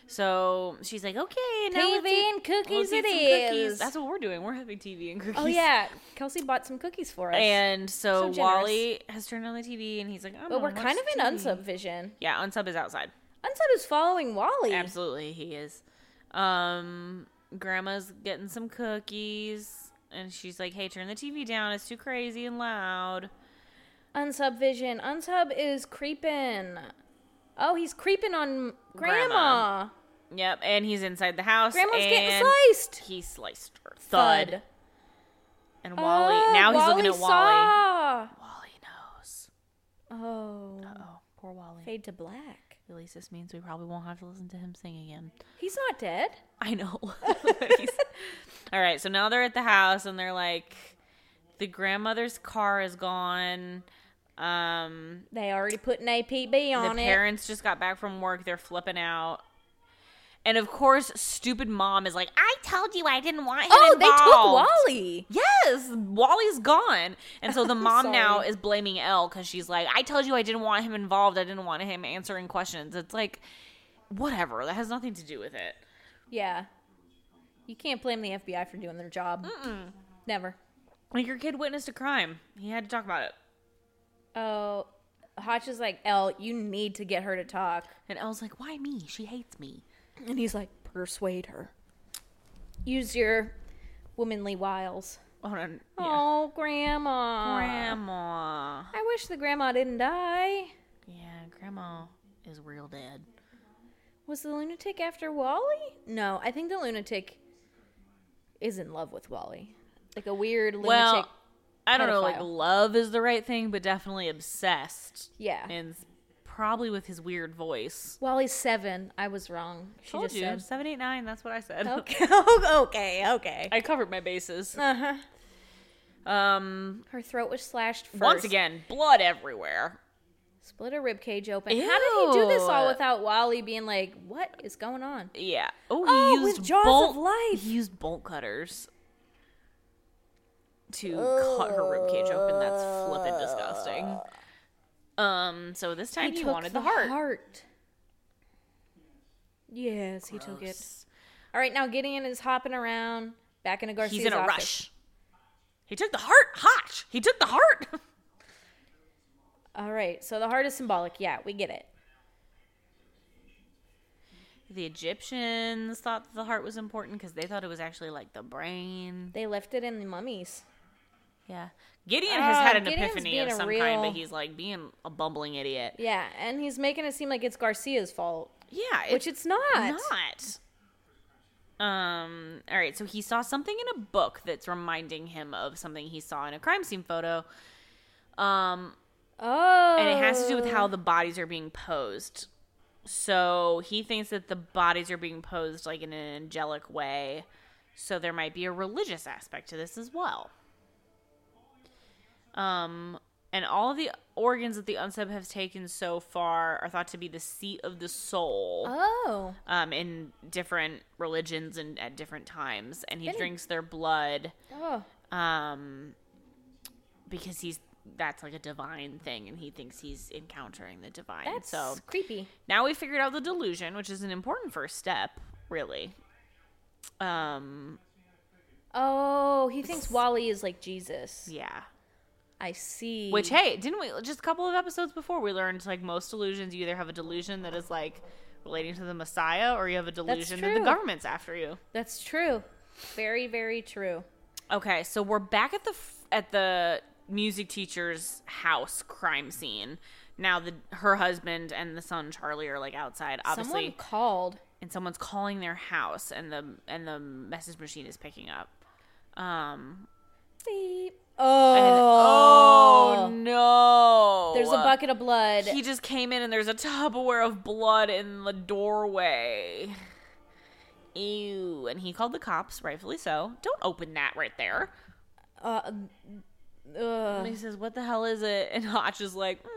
Speaker 1: So she's like, okay, now let's
Speaker 2: TV
Speaker 1: eat-
Speaker 2: and cookies
Speaker 1: let's eat
Speaker 2: it
Speaker 1: some cookies."
Speaker 2: is.
Speaker 1: That's what we're doing. We're having TV and cookies.
Speaker 2: Oh yeah, Kelsey bought some cookies for us.
Speaker 1: And so,
Speaker 2: So generous.
Speaker 1: Wally has turned on the TV and he's like, I'm
Speaker 2: but we're
Speaker 1: gonna
Speaker 2: kind of
Speaker 1: watch
Speaker 2: in
Speaker 1: TV.
Speaker 2: unsub vision.
Speaker 1: Yeah, unsub is outside.
Speaker 2: Unsub is following Wally.
Speaker 1: Absolutely, he is. Um, grandma's getting some cookies, and she's like, "Hey, turn the TV down. It's too crazy and loud."
Speaker 2: Unsub vision. Unsub is creeping. Oh, he's creeping on
Speaker 1: Grandma.
Speaker 2: grandma.
Speaker 1: Yep, and he's inside the house.
Speaker 2: Grandma's getting
Speaker 1: and
Speaker 2: sliced.
Speaker 1: He sliced her. Thud.
Speaker 2: Thud.
Speaker 1: And Wally,
Speaker 2: Oh,
Speaker 1: now he's looking at
Speaker 2: Wally
Speaker 1: Wally.
Speaker 2: saw.
Speaker 1: Wally knows.
Speaker 2: Oh,
Speaker 1: Oh, poor Wally.
Speaker 2: fade to black.
Speaker 1: At least this means we probably won't have to listen to him sing again.
Speaker 2: He's not dead.
Speaker 1: I know. But he's- All right, so now they're at the house and they're like, the grandmother's car is gone. Um,
Speaker 2: They already put an APB on
Speaker 1: the
Speaker 2: it.
Speaker 1: parents just got back from work. They're flipping out. And of course, stupid mom is like, I told you I didn't want him.
Speaker 2: oh, they took
Speaker 1: involved."
Speaker 2: Wally.
Speaker 1: Yes, Wally's gone. And so the
Speaker 2: I'm
Speaker 1: mom now
Speaker 2: sorry.
Speaker 1: is blaming Elle because she's like, I told you I didn't want him involved. I didn't want him answering questions. It's like, whatever. That has nothing to do with it.
Speaker 2: Yeah. You can't blame the FBI for doing their job. Never.
Speaker 1: Like, your kid witnessed a crime. He had to talk about it.
Speaker 2: Oh, Hotch is like, Elle, you need to get her to talk.
Speaker 1: And Elle's like, why me? She hates me.
Speaker 2: And he's like, persuade her. Use your womanly wiles.
Speaker 1: Oh, no, yeah.
Speaker 2: Oh, Grandma.
Speaker 1: Grandma.
Speaker 2: I wish the grandma didn't die.
Speaker 1: Yeah, Grandma is real dead.
Speaker 2: Was the lunatic after Wally? No, I think the lunatic is in love with Wally. Like a weird lunatic.
Speaker 1: Well, I don't know, like,
Speaker 2: pedophile.
Speaker 1: love is the right thing, but definitely obsessed.
Speaker 2: yeah.
Speaker 1: And probably with his weard voice.
Speaker 2: Wally's seven. I was wrong. She
Speaker 1: Told
Speaker 2: just
Speaker 1: you.
Speaker 2: said.
Speaker 1: 789, that's what I said.
Speaker 2: Okay. okay. Okay.
Speaker 1: I covered my bases.
Speaker 2: Uh huh.
Speaker 1: Um,
Speaker 2: Her throat was slashed first.
Speaker 1: once again, blood everywhere.
Speaker 2: Split her rib cage open. How did he do this all
Speaker 1: Ew.
Speaker 2: without Wally being like, what is going on?
Speaker 1: Yeah. Oh, he
Speaker 2: Oh, with
Speaker 1: used
Speaker 2: jaws
Speaker 1: bolt,
Speaker 2: of life.
Speaker 1: He used bolt cutters to cut her ribcage open. That's flippin' disgusting. Um, so this time he,
Speaker 2: took
Speaker 1: wanted the heart.
Speaker 2: Yes, he took it.
Speaker 1: Gross.
Speaker 2: All right, now Gideon is hopping around back into Garcia's
Speaker 1: He's in a
Speaker 2: office.
Speaker 1: rush. He took the heart. Hotch. He took the heart.
Speaker 2: All right, so the heart is symbolic. Yeah, we get it.
Speaker 1: The Egyptians thought that the heart was important because they thought it was actually like the brain.
Speaker 2: They left it in the mummies.
Speaker 1: Yeah. Gideon has had
Speaker 2: Uh,
Speaker 1: an
Speaker 2: Gideon's
Speaker 1: epiphany
Speaker 2: being
Speaker 1: of
Speaker 2: a
Speaker 1: some kind,
Speaker 2: real-
Speaker 1: but he's like being a bumbling idiot.
Speaker 2: Yeah, and he's making it seem like it's Garcia's fault,
Speaker 1: Yeah.
Speaker 2: which it's not.
Speaker 1: not. Um. All right. So he saw something in a book that's reminding him of something he saw in a crime scene photo. Um.
Speaker 2: Oh.
Speaker 1: And it has to do with how the bodies are being posed. So he thinks that the bodies are being posed like in an angelic way. So there might be a religious aspect to this as well. Um. And all of the organs that the unsub has taken so far are thought to be the seat of the soul
Speaker 2: Oh.
Speaker 1: um, in different religions and at different times, and he
Speaker 2: Really?
Speaker 1: drinks their blood
Speaker 2: Oh.
Speaker 1: um, because he's that's like a divine thing, and he thinks he's encountering the divine.
Speaker 2: That's
Speaker 1: so
Speaker 2: creepy.
Speaker 1: now we figured out the delusion, which is an important first step, really. Um,
Speaker 2: Oh, he thinks Wally is like Jesus.
Speaker 1: yeah.
Speaker 2: I see.
Speaker 1: Which hey, didn't we just a couple of episodes before we learned like most delusions you either have a delusion that is like relating to the Messiah or you have a delusion that the
Speaker 2: true.
Speaker 1: government's after you.
Speaker 2: That's true. Very, very true.
Speaker 1: Okay, so we're back at the f- at the music teacher's house crime scene. Now the her husband and the son Charlie are like outside, obviously,
Speaker 2: Someone called.
Speaker 1: and someone's calling their house, and the and the message machine is picking up. Um.
Speaker 2: Beep.
Speaker 1: and-
Speaker 2: Oh.
Speaker 1: no!
Speaker 2: There's a bucket of blood.
Speaker 1: He just came in, and there's a Tupperware of blood in the doorway. Ew! And he called the cops, rightfully so. Don't open that right there.
Speaker 2: uh, ugh.
Speaker 1: And he says, "What the hell is it?" And Hotch is like, mm,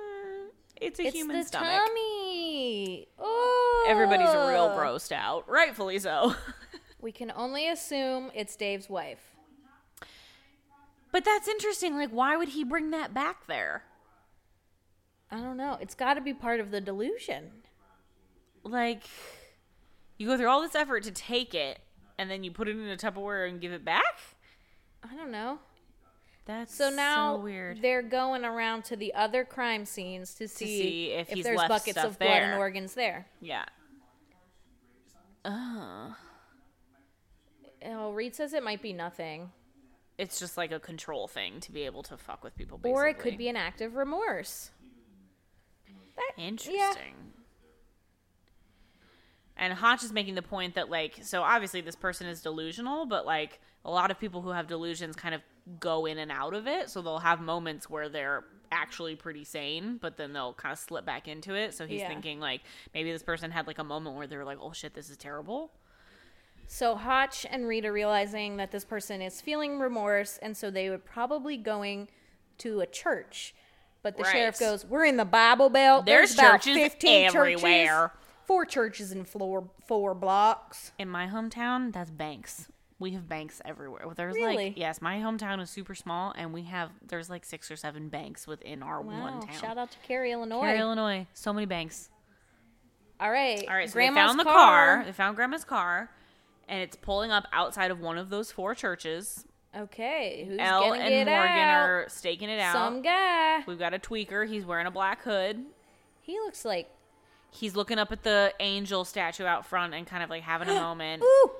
Speaker 1: "It's a
Speaker 2: It's
Speaker 1: human
Speaker 2: the
Speaker 1: stomach."
Speaker 2: tummy. Oh.
Speaker 1: Everybody's real grossed out, rightfully so.
Speaker 2: We can only assume it's Dave's wife.
Speaker 1: but that's interesting. Like, why would he bring that back there?
Speaker 2: I don't know. It's got to be part of the delusion.
Speaker 1: Like, you go through all this effort to take it, and then you put it in a Tupperware and give it back.
Speaker 2: I don't know.
Speaker 1: That's
Speaker 2: So now
Speaker 1: weird.
Speaker 2: they're going around to the other crime scenes to see,
Speaker 1: see if
Speaker 2: if,
Speaker 1: he's
Speaker 2: there's
Speaker 1: left
Speaker 2: buckets
Speaker 1: stuff
Speaker 2: of blood and
Speaker 1: there.
Speaker 2: organs there.
Speaker 1: yeah. Uh,
Speaker 2: Oh, Reed says it might be nothing.
Speaker 1: it's just like a control thing to be able to fuck with people. Basically.
Speaker 2: Or it could be an act of remorse. That,
Speaker 1: Interesting. And Hotch is making the point that, like, so obviously this person is delusional, but, like, a lot of people who have delusions kind of go in and out of it. So they'll have moments where they're actually pretty sane, but then they'll kind of slip back into it. So he's
Speaker 2: Yeah.
Speaker 1: thinking like maybe this person had like a moment where they were like, "Oh shit, this is terrible."
Speaker 2: So Hotch and Rita realizing that this person is feeling remorse, and so they were probably going to a church. But the
Speaker 1: Right.
Speaker 2: sheriff goes, "We're in the Bible Belt.
Speaker 1: There's
Speaker 2: about
Speaker 1: churches
Speaker 2: 15
Speaker 1: everywhere."
Speaker 2: Churches, four churches in floor four blocks.
Speaker 1: In my hometown, that's banks. We have banks everywhere. Well, There's
Speaker 2: Really?
Speaker 1: like yes, my hometown is super small, and we have there's like six or seven banks within our one
Speaker 2: Wow!
Speaker 1: town.
Speaker 2: Shout out to Cary, Illinois.
Speaker 1: Perry, Illinois, so many banks.
Speaker 2: All right,
Speaker 1: All right, so
Speaker 2: Grandma's
Speaker 1: they found the car. They found Grandma's car, and it's pulling up outside of one of those four churches.
Speaker 2: Okay, who's
Speaker 1: Elle
Speaker 2: gonna get
Speaker 1: and Morgan
Speaker 2: out?
Speaker 1: are staking it out.
Speaker 2: Some guy.
Speaker 1: We've got a tweaker. He's wearing a black hood.
Speaker 2: He looks like
Speaker 1: He's looking up at the angel statue out front and kind of like having a moment.
Speaker 2: ooh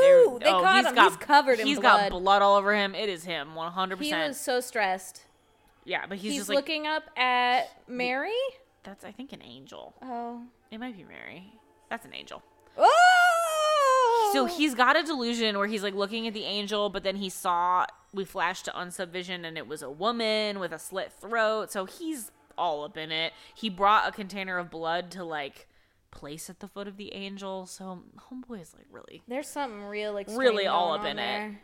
Speaker 1: They're-
Speaker 2: ooh. They
Speaker 1: oh,
Speaker 2: caught him. he's covered in
Speaker 1: he's
Speaker 2: blood.
Speaker 1: got blood all over him. It is him, one hundred
Speaker 2: he was
Speaker 1: percent.
Speaker 2: so stressed.
Speaker 1: Yeah, but he's,
Speaker 2: He's,
Speaker 1: just like
Speaker 2: looking up at Mary.
Speaker 1: that's I think an angel.
Speaker 2: Oh.
Speaker 1: It might be Mary. That's an angel.
Speaker 2: Oh.
Speaker 1: So he's got a delusion where he's like looking at the angel, but then he saw we flashed to unsubvision and it was a woman with a slit throat. So he's all up in it. He brought a container of blood to like place at the foot of the angel. So homeboy is like really
Speaker 2: There's something real extreme
Speaker 1: Really all
Speaker 2: going
Speaker 1: up in it.
Speaker 2: on there.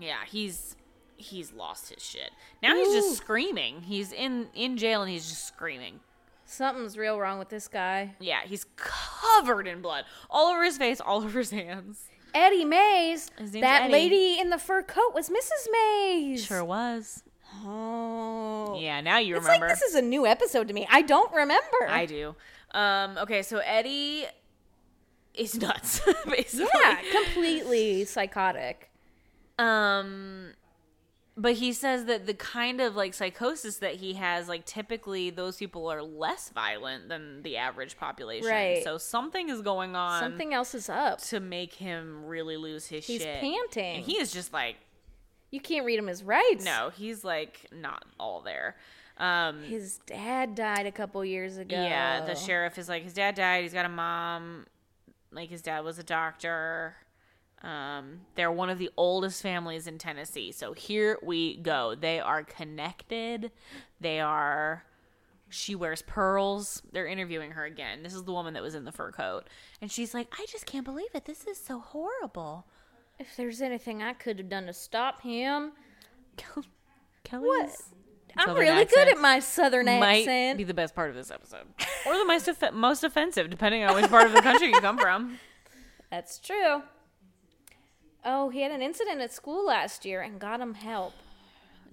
Speaker 1: yeah he's he's lost his shit. Now he's just
Speaker 2: Ooh.
Speaker 1: screaming. He's in in jail and he's just screaming.
Speaker 2: Something's real wrong with this guy.
Speaker 1: Yeah, he's covered in blood all over his face, all over his hands.
Speaker 2: Eddie Mays.
Speaker 1: His name's
Speaker 2: That
Speaker 1: Eddie.
Speaker 2: lady in the fur coat was Mrs. Mays.
Speaker 1: was.
Speaker 2: Oh.
Speaker 1: Yeah, now you
Speaker 2: It's
Speaker 1: remember.
Speaker 2: like this is a new episode to me. I don't remember.
Speaker 1: I do. Um, okay, so Eddie is nuts, basically.
Speaker 2: yeah, completely psychotic.
Speaker 1: Um, but he says that the kind of like psychosis that he has, like typically those people are less violent than the average population.
Speaker 2: Right.
Speaker 1: So something is going on
Speaker 2: Something else is up.
Speaker 1: to make him really lose his
Speaker 2: He's
Speaker 1: shit.
Speaker 2: panting.
Speaker 1: And he is just like
Speaker 2: you can't read him his rights.
Speaker 1: no, he's like not all there. Um,
Speaker 2: His dad died a couple years ago.
Speaker 1: Yeah, the sheriff is like, his dad died. He's got a mom. Like his dad was a doctor. Um, they're one of the oldest families in Tennessee. So here we go. They are connected. They are. She wears pearls. They're interviewing her again. This is the woman that was in the fur coat, and she's like, "I just can't believe it. This is so horrible."
Speaker 2: If there's anything I could have done to stop him,
Speaker 1: Kel- Kelly's
Speaker 2: I'm
Speaker 1: Southern
Speaker 2: really good
Speaker 1: accent
Speaker 2: at my southern
Speaker 1: might
Speaker 2: accent.
Speaker 1: be the best part of this episode, or the most off- most offensive, depending on which part of the country you come from.
Speaker 2: That's true. Oh, he had an incident at school last year and got him help.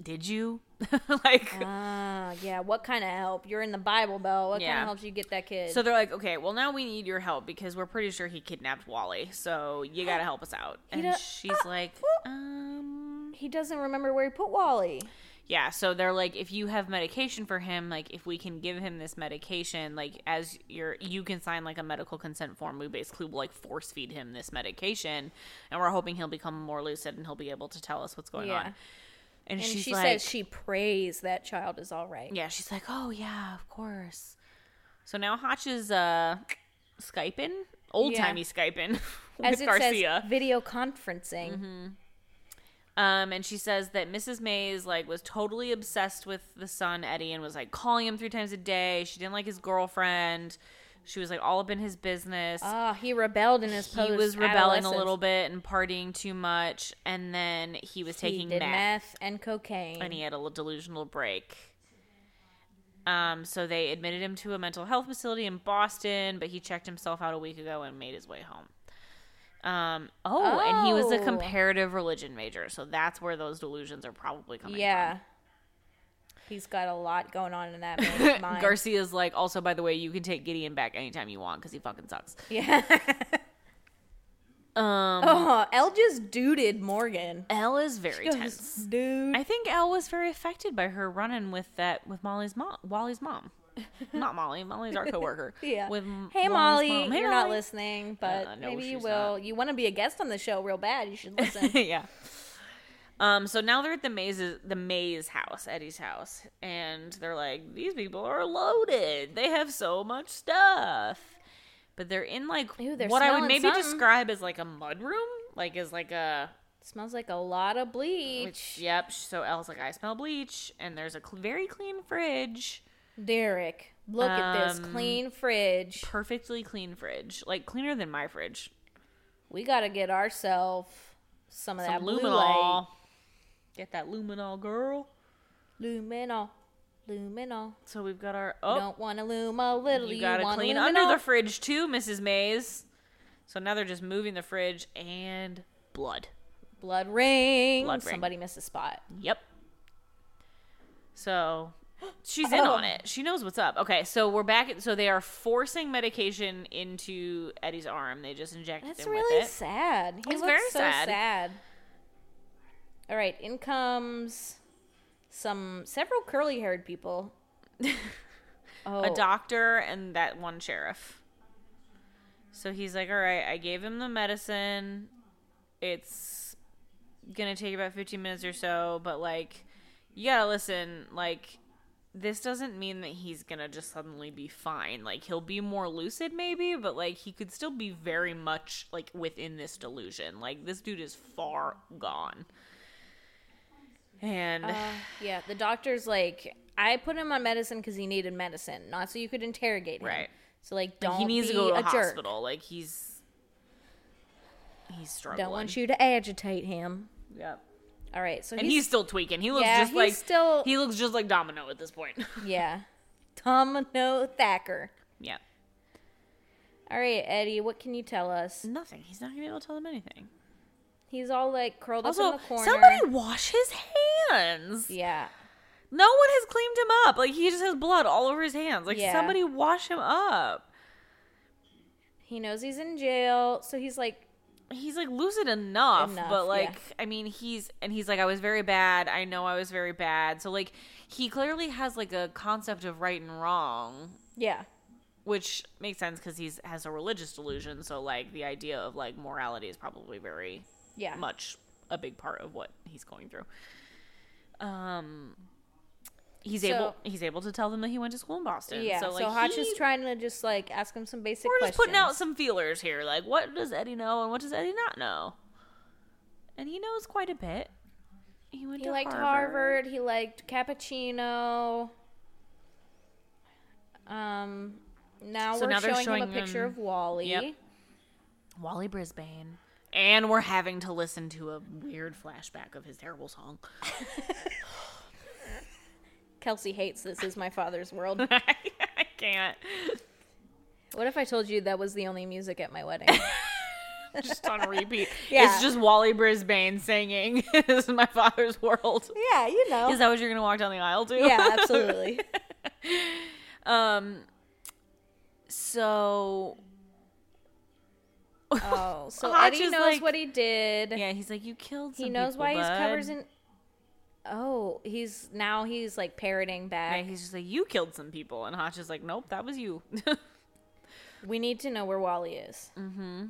Speaker 1: did you like
Speaker 2: Ah, yeah. What kind of help? You're in the Bible Belt. What kind
Speaker 1: Yeah.
Speaker 2: of help do you get that kid?
Speaker 1: so they're like okay well now we need your help because we're pretty sure he kidnapped wally so you gotta help us out
Speaker 2: He
Speaker 1: and
Speaker 2: do-
Speaker 1: she's
Speaker 2: ah,
Speaker 1: like
Speaker 2: whoop.
Speaker 1: um
Speaker 2: he doesn't remember where he put Wally.
Speaker 1: yeah so they're like if you have medication for him like if we can give him this medication like as your you can sign like a medical consent form we basically will like force feed him this medication and we're hoping he'll become more lucid and he'll be able to tell us what's going
Speaker 2: Yeah.
Speaker 1: on and,
Speaker 2: And
Speaker 1: she's
Speaker 2: she
Speaker 1: like
Speaker 2: says she prays that child is all right.
Speaker 1: Yeah, she's like, "Oh yeah, of course." So now Hotch is uh skyping, old timey skyping with
Speaker 2: As it
Speaker 1: Garcia. Mm-hmm.
Speaker 2: says, video conferencing.
Speaker 1: Um, and she says that Mrs. Mays like was totally obsessed with the son Eddie and was like calling him three times a day. She didn't like his girlfriend. She was like all up in his business.
Speaker 2: Ah, he rebelled in his post.
Speaker 1: he was rebelling a little bit and partying too much, and then he was
Speaker 2: He
Speaker 1: taking
Speaker 2: did
Speaker 1: meth.
Speaker 2: meth and cocaine.
Speaker 1: and he had a little delusional break. Um, so they admitted him to a mental health facility in Boston, but he checked himself out a week ago and made his way home. Um, oh, and he was a
Speaker 2: Oh.
Speaker 1: comparative religion major, so that's where those delusions are probably coming
Speaker 2: yeah. Oh He's got a lot going on in that man's
Speaker 1: from.
Speaker 2: mind.
Speaker 1: Garcia's like, also, by the way, you can take Gideon back anytime you want because he fucking sucks.
Speaker 2: yeah.
Speaker 1: Um,
Speaker 2: oh, Elle just duded Morgan.
Speaker 1: Elle is very
Speaker 2: Goes,
Speaker 1: tense.
Speaker 2: Dude.
Speaker 1: I think Elle was very affected by her running with that with Molly's mom, Wally's mom, not Molly. Molly's our coworker.
Speaker 2: yeah.
Speaker 1: With M-
Speaker 2: hey,
Speaker 1: Wally's
Speaker 2: Molly.
Speaker 1: mom. Hey,
Speaker 2: you're not
Speaker 1: Molly.
Speaker 2: listening, but
Speaker 1: Uh, no,
Speaker 2: maybe you
Speaker 1: she's
Speaker 2: will. You want to be a guest on the show real bad. You should listen.
Speaker 1: yeah. Um, so now they're at the Maze's, the Maze house, Eddie's house, and they're like, these people are loaded. They have so much stuff. But they're in like
Speaker 2: Ew, they're
Speaker 1: what I would
Speaker 2: smelling
Speaker 1: maybe
Speaker 2: something.
Speaker 1: describe as like a mud room, like as like a
Speaker 2: Smells like a lot of bleach.
Speaker 1: Which, yep. So Elle's like, I smell bleach, and there's a cl- very clean fridge,
Speaker 2: Derek, look at this
Speaker 1: Um,
Speaker 2: clean fridge.
Speaker 1: perfectly clean fridge, like cleaner than my fridge.
Speaker 2: We got to get ourselves some of
Speaker 1: Some
Speaker 2: that blue
Speaker 1: luminol. Get that luminol, girl.
Speaker 2: light. Luminol. Luminol.
Speaker 1: So we've got our oh,
Speaker 2: Don't want to loom a little.
Speaker 1: you
Speaker 2: You,
Speaker 1: gotta
Speaker 2: want
Speaker 1: clean
Speaker 2: luminol.
Speaker 1: under the fridge too, Mrs. Mays. So now they're just moving the fridge and blood.
Speaker 2: blood ring.
Speaker 1: Blood ring.
Speaker 2: Somebody missed a spot.
Speaker 1: Yep. So she's in
Speaker 2: Oh.
Speaker 1: on it. She knows what's up. Okay, so we're back. At, so they are forcing medication into Eddie's arm. They just injected
Speaker 2: That's
Speaker 1: him
Speaker 2: really
Speaker 1: with it.
Speaker 2: sad. He
Speaker 1: It's
Speaker 2: looks
Speaker 1: very
Speaker 2: so
Speaker 1: sad.
Speaker 2: sad. All right, in comes some several curly-haired people. Oh,
Speaker 1: A doctor and that one sheriff. So he's like, "All right, I gave him the medicine. It's gonna take about 15 minutes or so, but like, you gotta listen. Like, this doesn't mean that he's gonna just suddenly be fine. Like, he'll be more lucid, maybe, but like, he could still be very much like within this delusion. Like, this dude is far gone. And
Speaker 2: Uh, yeah, the doctor's like, I put him on medicine because he needed medicine, not so you could interrogate him.
Speaker 1: Right.
Speaker 2: So like, don't
Speaker 1: he needs
Speaker 2: be
Speaker 1: to go to
Speaker 2: a
Speaker 1: a
Speaker 2: jerk.
Speaker 1: hospital. Like he's he's struggling.
Speaker 2: Don't want you to agitate him.
Speaker 1: Yep.
Speaker 2: All right, so
Speaker 1: And he's,
Speaker 2: he's,
Speaker 1: still tweaking. He looks
Speaker 2: Yeah,
Speaker 1: just
Speaker 2: he's
Speaker 1: like
Speaker 2: still-
Speaker 1: he looks just like Domino at this point.
Speaker 2: yeah, Domino Thacker.
Speaker 1: yeah.
Speaker 2: All right, Eddie, what can you tell us?
Speaker 1: Nothing. He's not gonna be able to tell them anything.
Speaker 2: He's all like curled up in
Speaker 1: Also,
Speaker 2: the corner.
Speaker 1: somebody wash his hands.
Speaker 2: Yeah.
Speaker 1: No one has cleaned him up. Like he just has blood all over his hands. Like
Speaker 2: Yeah.
Speaker 1: somebody wash him up.
Speaker 2: He knows he's in jail, so he's like,
Speaker 1: He's like lucid enough,
Speaker 2: Enough,
Speaker 1: but
Speaker 2: yeah.
Speaker 1: like I mean he's and he's like I was very bad. I know I was very bad. So like he clearly has like a concept of right and wrong
Speaker 2: yeah,
Speaker 1: which makes sense because he's has a religious delusion so like the idea of like morality is probably very
Speaker 2: yeah.
Speaker 1: much a big part of what he's going through um he's
Speaker 2: So-
Speaker 1: able he's able to tell them that he went to school in boston
Speaker 2: Yeah,
Speaker 1: so
Speaker 2: so,
Speaker 1: like
Speaker 2: Hotch
Speaker 1: he-
Speaker 2: is trying to just like ask him some basic
Speaker 1: we're just
Speaker 2: questions.
Speaker 1: putting out some feelers here like what does eddie know and what does eddie not know and he knows quite a bit he went
Speaker 2: He
Speaker 1: to
Speaker 2: liked
Speaker 1: harvard
Speaker 2: Harvard. He liked cappuccino. Um, now
Speaker 1: So
Speaker 2: we're
Speaker 1: now they're
Speaker 2: showing,
Speaker 1: showing
Speaker 2: him a picture
Speaker 1: him-
Speaker 2: of Wally.
Speaker 1: Yep. wally brisbane and we're having to listen to a weird flashback of his terrible song
Speaker 2: Kelsey hates this is my father's world.
Speaker 1: I can't.
Speaker 2: what if I told you that was the only music at my wedding?
Speaker 1: Just on repeat.
Speaker 2: Yeah.
Speaker 1: It's just Wally Brisbane singing. this is my father's world.
Speaker 2: yeah, you know.
Speaker 1: Is that what you're gonna walk down the aisle to?
Speaker 2: yeah, absolutely.
Speaker 1: um so
Speaker 2: Oh, so
Speaker 1: Hotch
Speaker 2: Eddie
Speaker 1: is
Speaker 2: knows
Speaker 1: like-
Speaker 2: what he did.
Speaker 1: Yeah, he's like, You killed some
Speaker 2: he knows
Speaker 1: people,
Speaker 2: why his
Speaker 1: bud."
Speaker 2: covers in. Oh, he's now he's like parroting back.
Speaker 1: Yeah, he's just like, You killed some people and Hotch is like, Nope, that was you.
Speaker 2: We need to know where Wally is.
Speaker 1: Mm-hmm.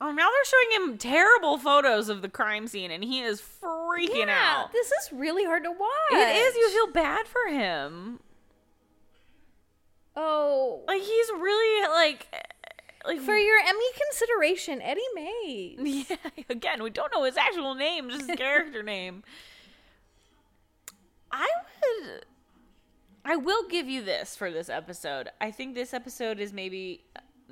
Speaker 1: oh now they're showing him terrible photos of the crime scene and he is freaking out.
Speaker 2: this is really hard to watch.
Speaker 1: It is, you feel bad for him.
Speaker 2: Oh,
Speaker 1: Like he's really like like
Speaker 2: for your Emmy consideration, Eddie May.
Speaker 1: Yeah, again, we don't know his actual name, just his character name. I would. I will give you this for this episode. I think this episode is maybe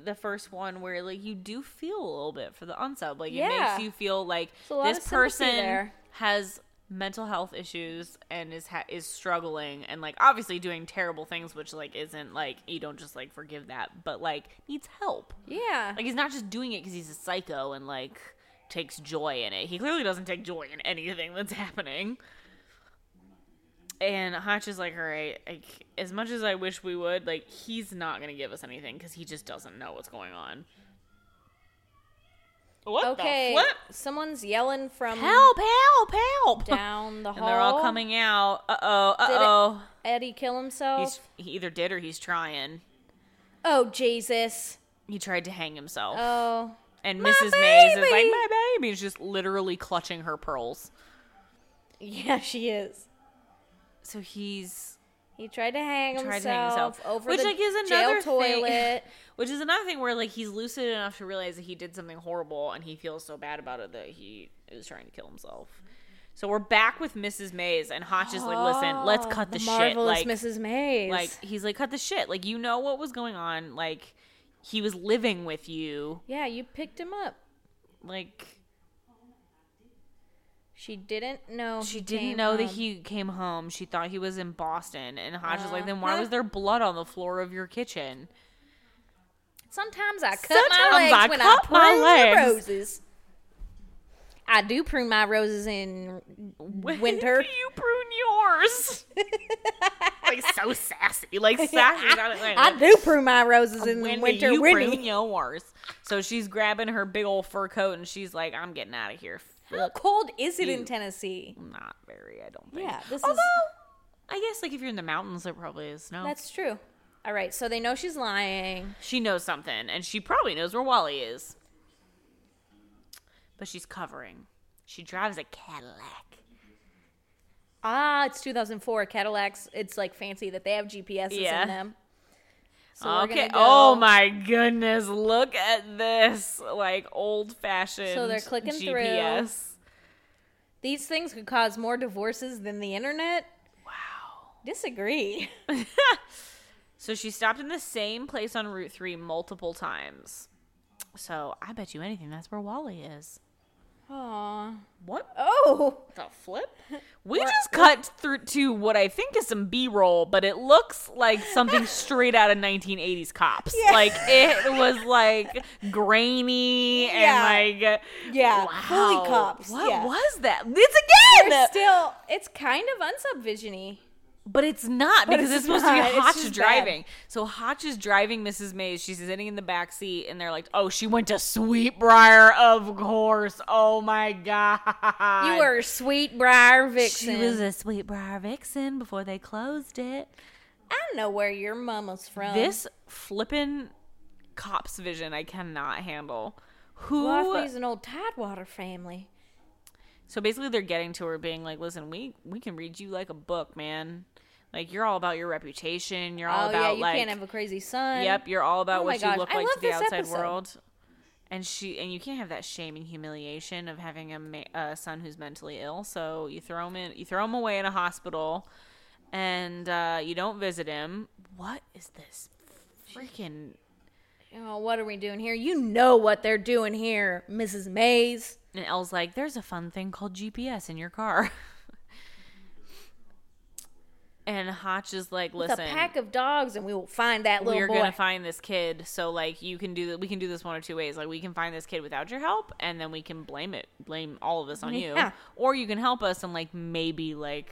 Speaker 1: the first one where like you do feel a little bit for the unsub. Like it
Speaker 2: Yeah.
Speaker 1: makes you feel like
Speaker 2: a lot of
Speaker 1: this
Speaker 2: sympathy
Speaker 1: person
Speaker 2: there.
Speaker 1: has mental health issues and is ha- is struggling and like obviously doing terrible things which like isn't like you don't just like forgive that but like needs help
Speaker 2: Yeah,
Speaker 1: like he's not just doing it because he's a psycho and like takes joy in it. He clearly doesn't take joy in anything that's happening. And Hotch is like, all right, like as much as I wish we would, like he's not gonna give us anything because he just doesn't know what's going on. What
Speaker 2: okay.
Speaker 1: the flip?
Speaker 2: Someone's yelling from
Speaker 1: Help! Help! Help!
Speaker 2: down the hall.
Speaker 1: and they're all coming out. Uh oh. Uh oh.
Speaker 2: Eddie kill himself.
Speaker 1: He's he either did or he's trying.
Speaker 2: Oh Jesus!
Speaker 1: He tried to hang himself.
Speaker 2: Oh,
Speaker 1: And
Speaker 2: My
Speaker 1: Mrs. Mays is like,
Speaker 2: baby!"
Speaker 1: my baby is just literally clutching her pearls.
Speaker 2: yeah, she is.
Speaker 1: So he's
Speaker 2: He tried to hang,
Speaker 1: Tried
Speaker 2: himself,
Speaker 1: to hang himself.
Speaker 2: over
Speaker 1: Which,
Speaker 2: the
Speaker 1: like, is
Speaker 2: jail
Speaker 1: another thing.
Speaker 2: toilet.
Speaker 1: Which is another thing where like he's lucid enough to realize that he did something horrible and he feels so bad about it that he is trying to kill himself. So we're back with Mrs. Mays and Hotch is like, listen, let's
Speaker 2: Oh,
Speaker 1: cut the, shit.
Speaker 2: marvelous
Speaker 1: Like,
Speaker 2: Mrs. Mays.
Speaker 1: like he's like, cut the shit. Like you know what was going on. Like he was living with you.
Speaker 2: yeah, you picked him up.
Speaker 1: Like
Speaker 2: She didn't know.
Speaker 1: she
Speaker 2: he
Speaker 1: didn't
Speaker 2: came
Speaker 1: know that
Speaker 2: home.
Speaker 1: he came home. She thought he was in Boston. And Hotch is like, then why was there blood on the floor of your kitchen?
Speaker 2: Sometimes I cut
Speaker 1: Sometimes
Speaker 2: my legs
Speaker 1: I
Speaker 2: when
Speaker 1: cut my
Speaker 2: I prune
Speaker 1: legs.
Speaker 2: the roses. I do prune my roses in
Speaker 1: When
Speaker 2: winter.
Speaker 1: do you prune yours? like so sassy, like sassy. Not like-
Speaker 2: I do prune my roses in
Speaker 1: when
Speaker 2: the winter.
Speaker 1: do you
Speaker 2: Winnie.
Speaker 1: prune yours? So she's grabbing her big old fur coat and she's like, "I'm getting out of here."
Speaker 2: How
Speaker 1: Fuck,
Speaker 2: cold is it in
Speaker 1: you.
Speaker 2: Tennessee?
Speaker 1: not very. I don't think.
Speaker 2: Yeah, this
Speaker 1: Although,
Speaker 2: is
Speaker 1: I guess like if you're in the mountains, there probably is snow.
Speaker 2: that's true. All right, so they know she's lying.
Speaker 1: she knows something, and she probably knows where Wally is. But she's covering. She drives a Cadillac.
Speaker 2: Ah, it's 2004 Cadillacs. It's like fancy that they have GPSs
Speaker 1: Yeah.
Speaker 2: in them. So we're
Speaker 1: okay.
Speaker 2: gonna
Speaker 1: Oh
Speaker 2: go-
Speaker 1: my goodness! Look at this, like old fashioned.
Speaker 2: So they're clicking through.
Speaker 1: GPS.
Speaker 2: These things could cause more divorces than the internet.
Speaker 1: Wow.
Speaker 2: Disagree.
Speaker 1: so she stopped in the same place on Route Three multiple times. So I bet you anything that's where Wally is.
Speaker 2: Aw.
Speaker 1: What
Speaker 2: Oh.
Speaker 1: the flip? We just cut through to what I think is some B roll, but it looks like something straight out of 1980s cops.
Speaker 2: Yeah.
Speaker 1: Like it was like grainy and like
Speaker 2: Yeah, fully
Speaker 1: wow,
Speaker 2: cops,
Speaker 1: What
Speaker 2: yeah.
Speaker 1: was that? It's again.
Speaker 2: They're still, it's kind of unsubvisiony.
Speaker 1: But it's not
Speaker 2: But
Speaker 1: because it's,
Speaker 2: it's
Speaker 1: supposed
Speaker 2: not.
Speaker 1: to be
Speaker 2: It's
Speaker 1: Hotch
Speaker 2: just
Speaker 1: driving. So Hotch is driving Mrs. Mays. She's sitting in the back seat, and they're like, "Oh, she went to Sweetbriar, of course. Oh my god,
Speaker 2: You were a sweet briar
Speaker 1: She
Speaker 2: vixen.
Speaker 1: was a Sweetbriar vixen before they closed it.
Speaker 2: I know where your mama's from.
Speaker 1: This flippin' cops vision, I cannot handle. Who?
Speaker 2: Waffley's an old Tidewater family.
Speaker 1: So basically, they're getting to her, being like, "Listen, we we can read you like a book, man. Like you're all about your reputation. You're all
Speaker 2: oh
Speaker 1: about
Speaker 2: yeah, you
Speaker 1: like."
Speaker 2: can't have a crazy son.
Speaker 1: Yep, you're all about
Speaker 2: Oh my
Speaker 1: what
Speaker 2: gosh,
Speaker 1: you look
Speaker 2: I
Speaker 1: like
Speaker 2: love
Speaker 1: to the
Speaker 2: this
Speaker 1: outside
Speaker 2: episode.
Speaker 1: world. And she and you can't have that shame and humiliation of having a, ma- a son who's mentally ill. So you throw him in, you throw him away in a hospital, and uh, you don't visit him. What is this freaking?
Speaker 2: Oh, what are we doing here? You know what they're doing here, Mrs. Mays.
Speaker 1: And Elle's like, "There's a fun thing called GPS in your car." and Hotch is like,
Speaker 2: It's a
Speaker 1: "Listen,
Speaker 2: pack of dogs, and we will find that little
Speaker 1: we're
Speaker 2: boy.
Speaker 1: gonna find this kid so like you can do that we can do this one or two ways like we can find this kid without your help and then we can blame it blame all of us on you
Speaker 2: Yeah.
Speaker 1: or you can help us and like maybe like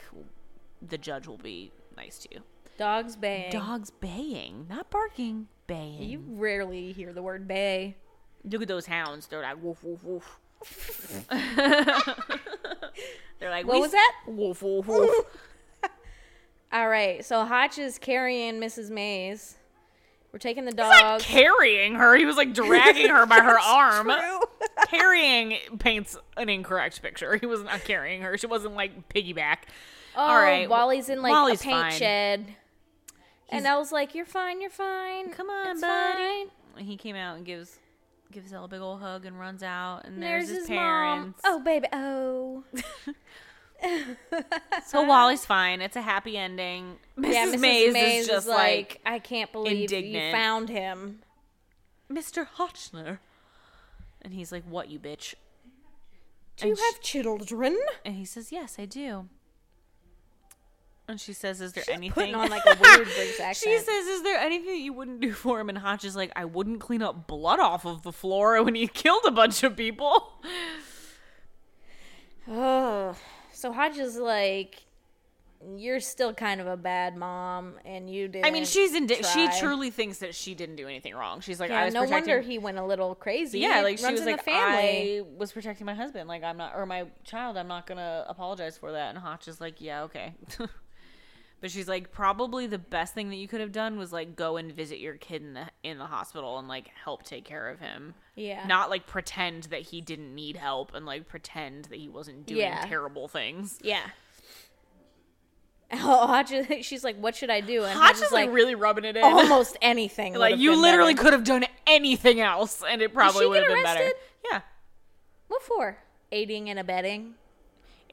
Speaker 1: the judge will be nice to you
Speaker 2: dogs bay.
Speaker 1: dogs baying not barking baying
Speaker 2: You rarely hear the word bay.
Speaker 1: look at those hounds they're like woof woof woof they're like
Speaker 2: What
Speaker 1: "We
Speaker 2: was
Speaker 1: s-
Speaker 2: that?
Speaker 1: woof woof woof
Speaker 2: All right, so Hotch is carrying Mrs. Mays. We're taking the
Speaker 1: He's not
Speaker 2: dogs.
Speaker 1: carrying her he was like dragging her by her arm carrying paints an incorrect picture. He was not carrying her. She wasn't like piggyback.
Speaker 2: Oh,
Speaker 1: All right,
Speaker 2: Wally's in like
Speaker 1: Wally's
Speaker 2: a paint
Speaker 1: fine.
Speaker 2: shed. and I was like, "You're fine, you're fine.
Speaker 1: Come on,
Speaker 2: it's
Speaker 1: buddy.
Speaker 2: fine."
Speaker 1: He came out and gives gives Elle a big old hug and runs out. And
Speaker 2: And
Speaker 1: there's, his, parents.
Speaker 2: mom. Oh, baby. Oh,
Speaker 1: So Wally's fine. It's a happy ending. Mrs.
Speaker 2: yeah.
Speaker 1: Mays, is just like,
Speaker 2: I can't believe
Speaker 1: indignant.
Speaker 2: you found him.
Speaker 1: Mr. Hotchner, and he's like, "What you bitch?"
Speaker 2: Do you
Speaker 1: And
Speaker 2: have children?
Speaker 1: And he says, "Yes, I do." And she says, "Is there anything?"
Speaker 2: Putting on like a weird British
Speaker 1: She
Speaker 2: accent.
Speaker 1: says, "Is there anything that you wouldn't do for him?" And Hotch is like, "I wouldn't clean up blood off of the floor when he killed a bunch of people."
Speaker 2: oh, so Hodge is like, "You're still kind of a bad mom, and you did."
Speaker 1: I mean, she's indi- she
Speaker 2: try.
Speaker 1: truly thinks that she didn't do anything wrong. She's like,
Speaker 2: Yeah,
Speaker 1: "I was
Speaker 2: no
Speaker 1: protecting."
Speaker 2: wonder he went a little crazy.
Speaker 1: yeah,
Speaker 2: It
Speaker 1: like she
Speaker 2: runs
Speaker 1: was
Speaker 2: in the
Speaker 1: like, "I was protecting my husband. Like I'm not, or my child. I'm not gonna apologize for that." And Hotch is like, "Yeah, okay." but she's like, "Probably the best thing that you could have done was like go and visit your kid in the in the hospital and like help take care of him."
Speaker 2: yeah,
Speaker 1: not like pretend that he didn't need help and like pretend that he wasn't doing
Speaker 2: Yeah.
Speaker 1: terrible things.
Speaker 2: Yeah. Oh, Hodges, she's like, "What should I do?" And
Speaker 1: Hodge
Speaker 2: Hodges,
Speaker 1: is
Speaker 2: like, "Oh
Speaker 1: like really rubbing it in.
Speaker 2: almost anything.
Speaker 1: like you literally could have done anything else, and it probably
Speaker 2: she
Speaker 1: would have
Speaker 2: get
Speaker 1: been better.
Speaker 2: arrested?
Speaker 1: Yeah,
Speaker 2: What for? Aiding and abetting.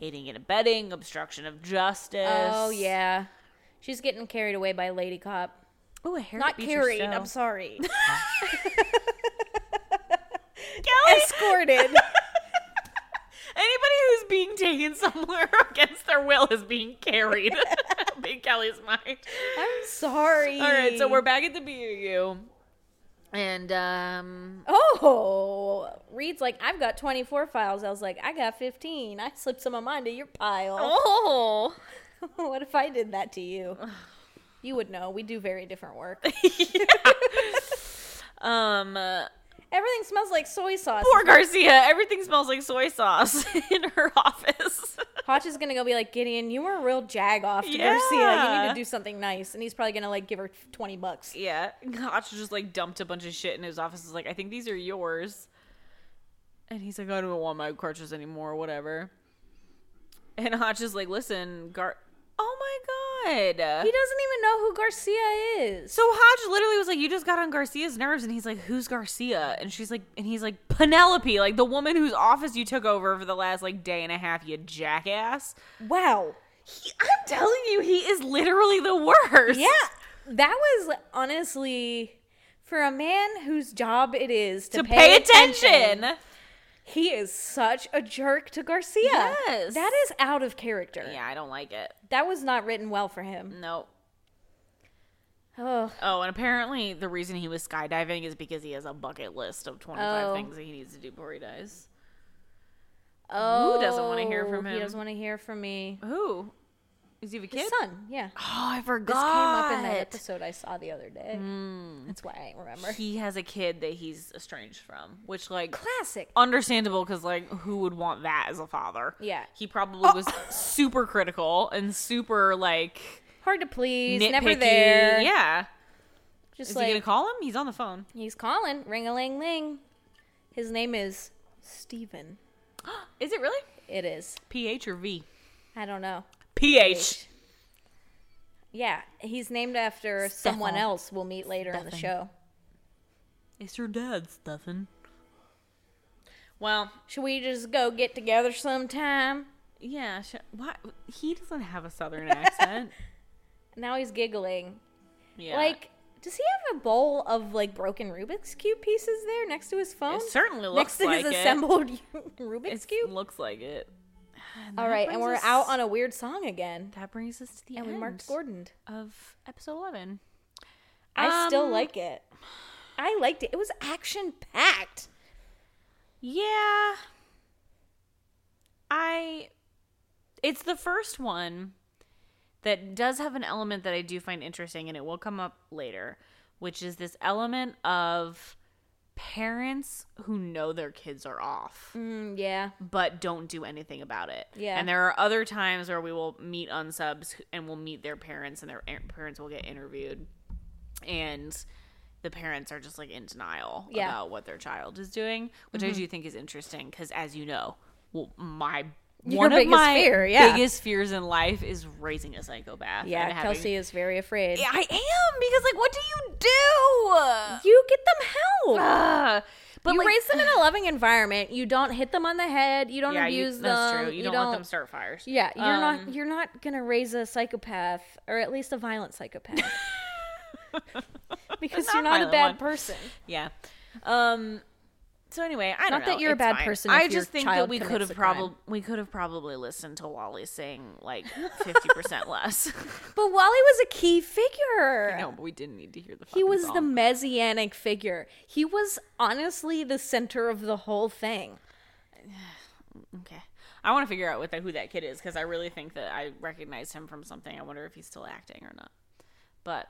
Speaker 1: aiding and abetting, obstruction of justice.
Speaker 2: Oh yeah, she's getting carried away by Lady Cop.
Speaker 1: Oh, a hair
Speaker 2: Not
Speaker 1: beat
Speaker 2: carried.
Speaker 1: yourself.
Speaker 2: I'm sorry.
Speaker 1: Kelly,
Speaker 2: Escorted.
Speaker 1: anybody who's being taken somewhere against their will is being carried. Big Kelly's mind.
Speaker 2: I'm sorry.
Speaker 1: All right, so we're back at the BUU, and um,
Speaker 2: Oh, Reed's like, I've got 24 files. I was like, I got 15. I slipped some of mine to your pile.
Speaker 1: oh,
Speaker 2: what if I did that to you? You would know. We do very different work.
Speaker 1: um, uh,
Speaker 2: Everything smells like soy sauce.
Speaker 1: poor Garcia. Everything smells like soy sauce in her office.
Speaker 2: Hotch is gonna go be like, Gideon, you were a real jag off to Garcia. You need
Speaker 1: Yeah.
Speaker 2: to do something nice, and he's probably gonna like give her 20 bucks.
Speaker 1: yeah, Gotch just like dumped a bunch of shit in his office. Is like, I think these are yours. And he's like, I don't want my crutches anymore, whatever. And Hotch is like, listen, Gar. Oh my god.
Speaker 2: He doesn't even know who Garcia is.
Speaker 1: So Hodge literally was like, "You just got on Garcia's nerves," and he's like, "Who's Garcia?" And she's like, and he's like, "Penelope, like the woman whose office you took over for the last like day and a half, you jackass."
Speaker 2: wow.
Speaker 1: He, I'm telling you, he is literally the worst.
Speaker 2: Yeah, that was honestly for a man whose job it is to,
Speaker 1: to pay, attention.
Speaker 2: He is such a jerk to Garcia.
Speaker 1: Yes.
Speaker 2: That is out of character.
Speaker 1: Yeah, I don't like it.
Speaker 2: That was not written well for him.
Speaker 1: No.
Speaker 2: Oh,
Speaker 1: Oh, and apparently the reason he was skydiving is because he has a bucket list of 25
Speaker 2: Oh.
Speaker 1: things that he needs to do before he dies.
Speaker 2: oh.
Speaker 1: doesn't wanna hear from
Speaker 2: He
Speaker 1: him?
Speaker 2: doesn't want to hear from me.
Speaker 1: Who? Is he have a kid?
Speaker 2: His son, yeah.
Speaker 1: Oh, I forgot.
Speaker 2: This came up in that episode I saw the other day. That's why I ain't
Speaker 1: Hmm.
Speaker 2: remember.
Speaker 1: He has a kid that he's estranged from, which like
Speaker 2: Classic.
Speaker 1: understandable because like who would want that as a father?
Speaker 2: Yeah. Oh.
Speaker 1: he probably was super critical and super like
Speaker 2: Hard to please.
Speaker 1: nitpicky.
Speaker 2: Never there.
Speaker 1: Yeah,
Speaker 2: Just
Speaker 1: is
Speaker 2: like
Speaker 1: he gonna call him? He's on the phone.
Speaker 2: he's calling. Ring a ling ling. His name is Steven.
Speaker 1: Is it really
Speaker 2: It is.
Speaker 1: PH or V?
Speaker 2: I don't know.
Speaker 1: PH.
Speaker 2: Yeah, he's named after someone
Speaker 1: Stefan.
Speaker 2: else we'll meet later in the
Speaker 1: Stefan.
Speaker 2: show.
Speaker 1: It's your dad, Stefan. Well,
Speaker 2: Should we just go get together sometime?
Speaker 1: yeah. Sh- why he doesn't have a southern accent?
Speaker 2: Now he's giggling.
Speaker 1: Yeah,
Speaker 2: Like, does he have a bowl of like broken Rubik's cube pieces there next to his phone?
Speaker 1: it certainly
Speaker 2: next
Speaker 1: looks
Speaker 2: to
Speaker 1: like
Speaker 2: his
Speaker 1: it.
Speaker 2: assembled Rubik's
Speaker 1: It
Speaker 2: cube.
Speaker 1: looks like it.
Speaker 2: All
Speaker 1: that
Speaker 2: right, and
Speaker 1: brings
Speaker 2: we're
Speaker 1: us-
Speaker 2: out on a weird song again,
Speaker 1: That brings us to the
Speaker 2: and
Speaker 1: end
Speaker 2: we marked Gordon.
Speaker 1: of episode eleven.
Speaker 2: I still
Speaker 1: Um,
Speaker 2: like it. I liked it. It was action packed.
Speaker 1: Yeah. I it's the first one that does have an element that I do find interesting and it will come up later, which is this element of parents who know their kids are off
Speaker 2: Mm, yeah,
Speaker 1: but don't do anything about it.
Speaker 2: Yeah.
Speaker 1: And there are other times where we will meet unsubs who- and we'll meet their parents and their a- parents will get interviewed and the parents are just like in denial
Speaker 2: Yeah. Mm-hmm.
Speaker 1: about what their child is doing, which I do think is interesting because as you know, well, my
Speaker 2: Your
Speaker 1: one of
Speaker 2: biggest
Speaker 1: my
Speaker 2: fear, yeah.
Speaker 1: biggest fears in life is raising a psychopath.
Speaker 2: yeah.
Speaker 1: and having-
Speaker 2: Kelsey is very afraid.
Speaker 1: I am because like, what do you do?
Speaker 2: You get them help.
Speaker 1: Ugh. but
Speaker 2: you
Speaker 1: like,
Speaker 2: raise them in a loving environment. You don't hit them on the head. You don't
Speaker 1: yeah, you-
Speaker 2: abuse them.
Speaker 1: that's true. You, don't, let them start fires.
Speaker 2: Yeah, you're
Speaker 1: Um,
Speaker 2: not. You're not gonna raise a psychopath, or at least a violent psychopath, because
Speaker 1: Not
Speaker 2: you're not a
Speaker 1: violent
Speaker 2: bad
Speaker 1: one.
Speaker 2: person.
Speaker 1: Yeah. Um. So anyway, I don't
Speaker 2: Not
Speaker 1: know.
Speaker 2: that you're a
Speaker 1: It's
Speaker 2: bad
Speaker 1: fine.
Speaker 2: person
Speaker 1: I
Speaker 2: if your
Speaker 1: just think that
Speaker 2: child
Speaker 1: we could
Speaker 2: commits
Speaker 1: have
Speaker 2: a crime.
Speaker 1: probably we could have probably listened to Wally sing like fifty percent less.
Speaker 2: But Wally was a key figure.
Speaker 1: no, but we didn't need to hear the.
Speaker 2: He
Speaker 1: fucking
Speaker 2: was the
Speaker 1: song.
Speaker 2: messianic figure. He was honestly the center of the whole thing.
Speaker 1: Okay. I want to figure out what that, who that kid is because I really think that I recognize him from something. I wonder if he's still acting or not. But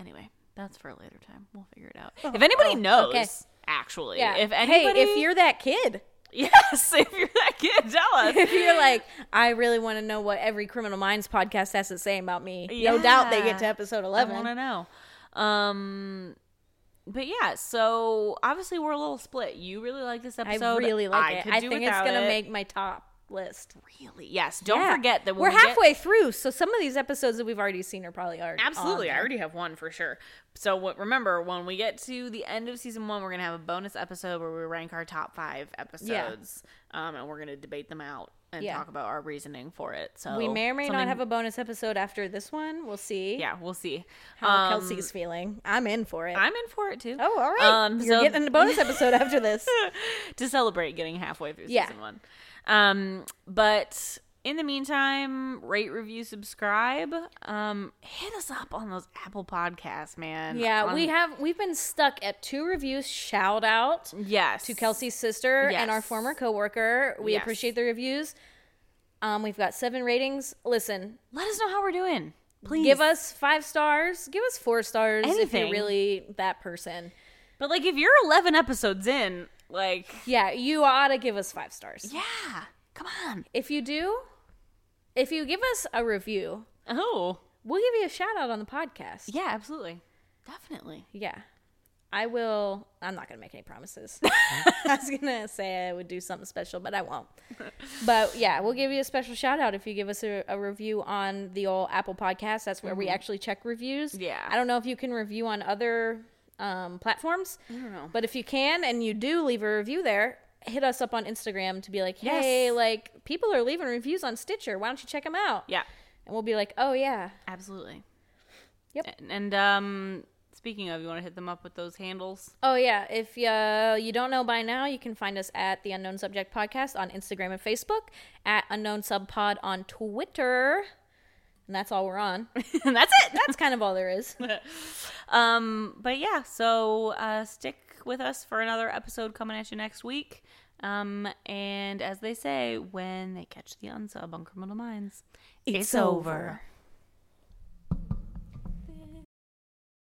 Speaker 1: anyway, that's for a later time. We'll figure it out. if anybody knows,
Speaker 2: Oh, okay.
Speaker 1: actually,
Speaker 2: Yeah.
Speaker 1: if anybody,
Speaker 2: hey, if you're that kid,
Speaker 1: yes, if you're that kid, tell us.
Speaker 2: if you're like, I really want to know what every Criminal Minds podcast has to say about me. No doubt they get to
Speaker 1: Yeah.
Speaker 2: episode
Speaker 1: I
Speaker 2: eleven.
Speaker 1: want to know. Um, but yeah, so obviously we're a little split. You really like this episode.
Speaker 2: I really like it.
Speaker 1: could
Speaker 2: I
Speaker 1: do
Speaker 2: think it's
Speaker 1: without
Speaker 2: gonna
Speaker 1: it.
Speaker 2: make my top. list.
Speaker 1: Really? Yes. Don't
Speaker 2: Yeah.
Speaker 1: forget that when
Speaker 2: we're
Speaker 1: we get-
Speaker 2: halfway through, so some of these episodes that we've already seen are probably already on
Speaker 1: Absolutely. I
Speaker 2: there.
Speaker 1: already have one for sure. So what, remember, when we get to the end of season one, we're going to have a bonus episode where we rank our top five episodes. Um, and we're going to debate them out and
Speaker 2: Yeah.
Speaker 1: talk about our reasoning for it. So
Speaker 2: we may or may not
Speaker 1: something-
Speaker 2: have a bonus episode after this one. We'll see
Speaker 1: Yeah, we'll see.
Speaker 2: how
Speaker 1: Um,
Speaker 2: Kelsey's feeling. I'm in for it.
Speaker 1: I'm in for it too.
Speaker 2: oh, all right.
Speaker 1: Um,
Speaker 2: You're
Speaker 1: so-
Speaker 2: getting a bonus episode after this.
Speaker 1: to celebrate getting halfway through
Speaker 2: Yeah.
Speaker 1: season one. Um, but in the meantime, rate, review, subscribe. Um, hit us up on those Apple Podcasts, man.
Speaker 2: Yeah,
Speaker 1: On-
Speaker 2: we have we've been stuck at two reviews. Shout out
Speaker 1: yes
Speaker 2: to Kelsey's sister and our
Speaker 1: Yes.
Speaker 2: former coworker. We
Speaker 1: Yes.
Speaker 2: appreciate the reviews. Um, we've got seven ratings. Listen,
Speaker 1: Let us know how we're doing. Please
Speaker 2: give us five stars. Give us four stars if
Speaker 1: Anything.
Speaker 2: you're really that person.
Speaker 1: But like, if you're 11 episodes in, like,
Speaker 2: Yeah, you ought to give us five stars.
Speaker 1: yeah, come on.
Speaker 2: If you do, if you give us a review,
Speaker 1: Oh,
Speaker 2: we'll give you a shout out on the podcast.
Speaker 1: yeah, absolutely, definitely.
Speaker 2: Yeah. I will. I'm not going to make any promises. I was going to say I would do something special, but I won't. But yeah, we'll give you a special shout out if you give us a, a review on the old Apple podcast. That's where we actually check reviews.
Speaker 1: Mm-hmm. Yeah.
Speaker 2: I don't know if you can review on other um, platforms,
Speaker 1: I don't know.
Speaker 2: but if you can and you do leave a review there, hit us up on Instagram to be like,
Speaker 1: Yes.
Speaker 2: hey, like people are leaving reviews on Stitcher. Why don't you check them out?
Speaker 1: Yeah,
Speaker 2: And we'll be like, oh, yeah.
Speaker 1: absolutely.
Speaker 2: Yep.
Speaker 1: And, and um, speaking of, you want to hit them up with those handles?
Speaker 2: Oh yeah, if uh, you don't know by now, you can find us at the Unknown Subject Podcast on Instagram and Facebook, at Unknown Sub Pod on Twitter, and that's all we're on.
Speaker 1: and that's it.
Speaker 2: That's kind of all there is.
Speaker 1: Um, but yeah, so uh, stick with us for another episode coming at you next week. Um, and as they say, when they catch the unsub on Criminal Minds,
Speaker 2: It's over.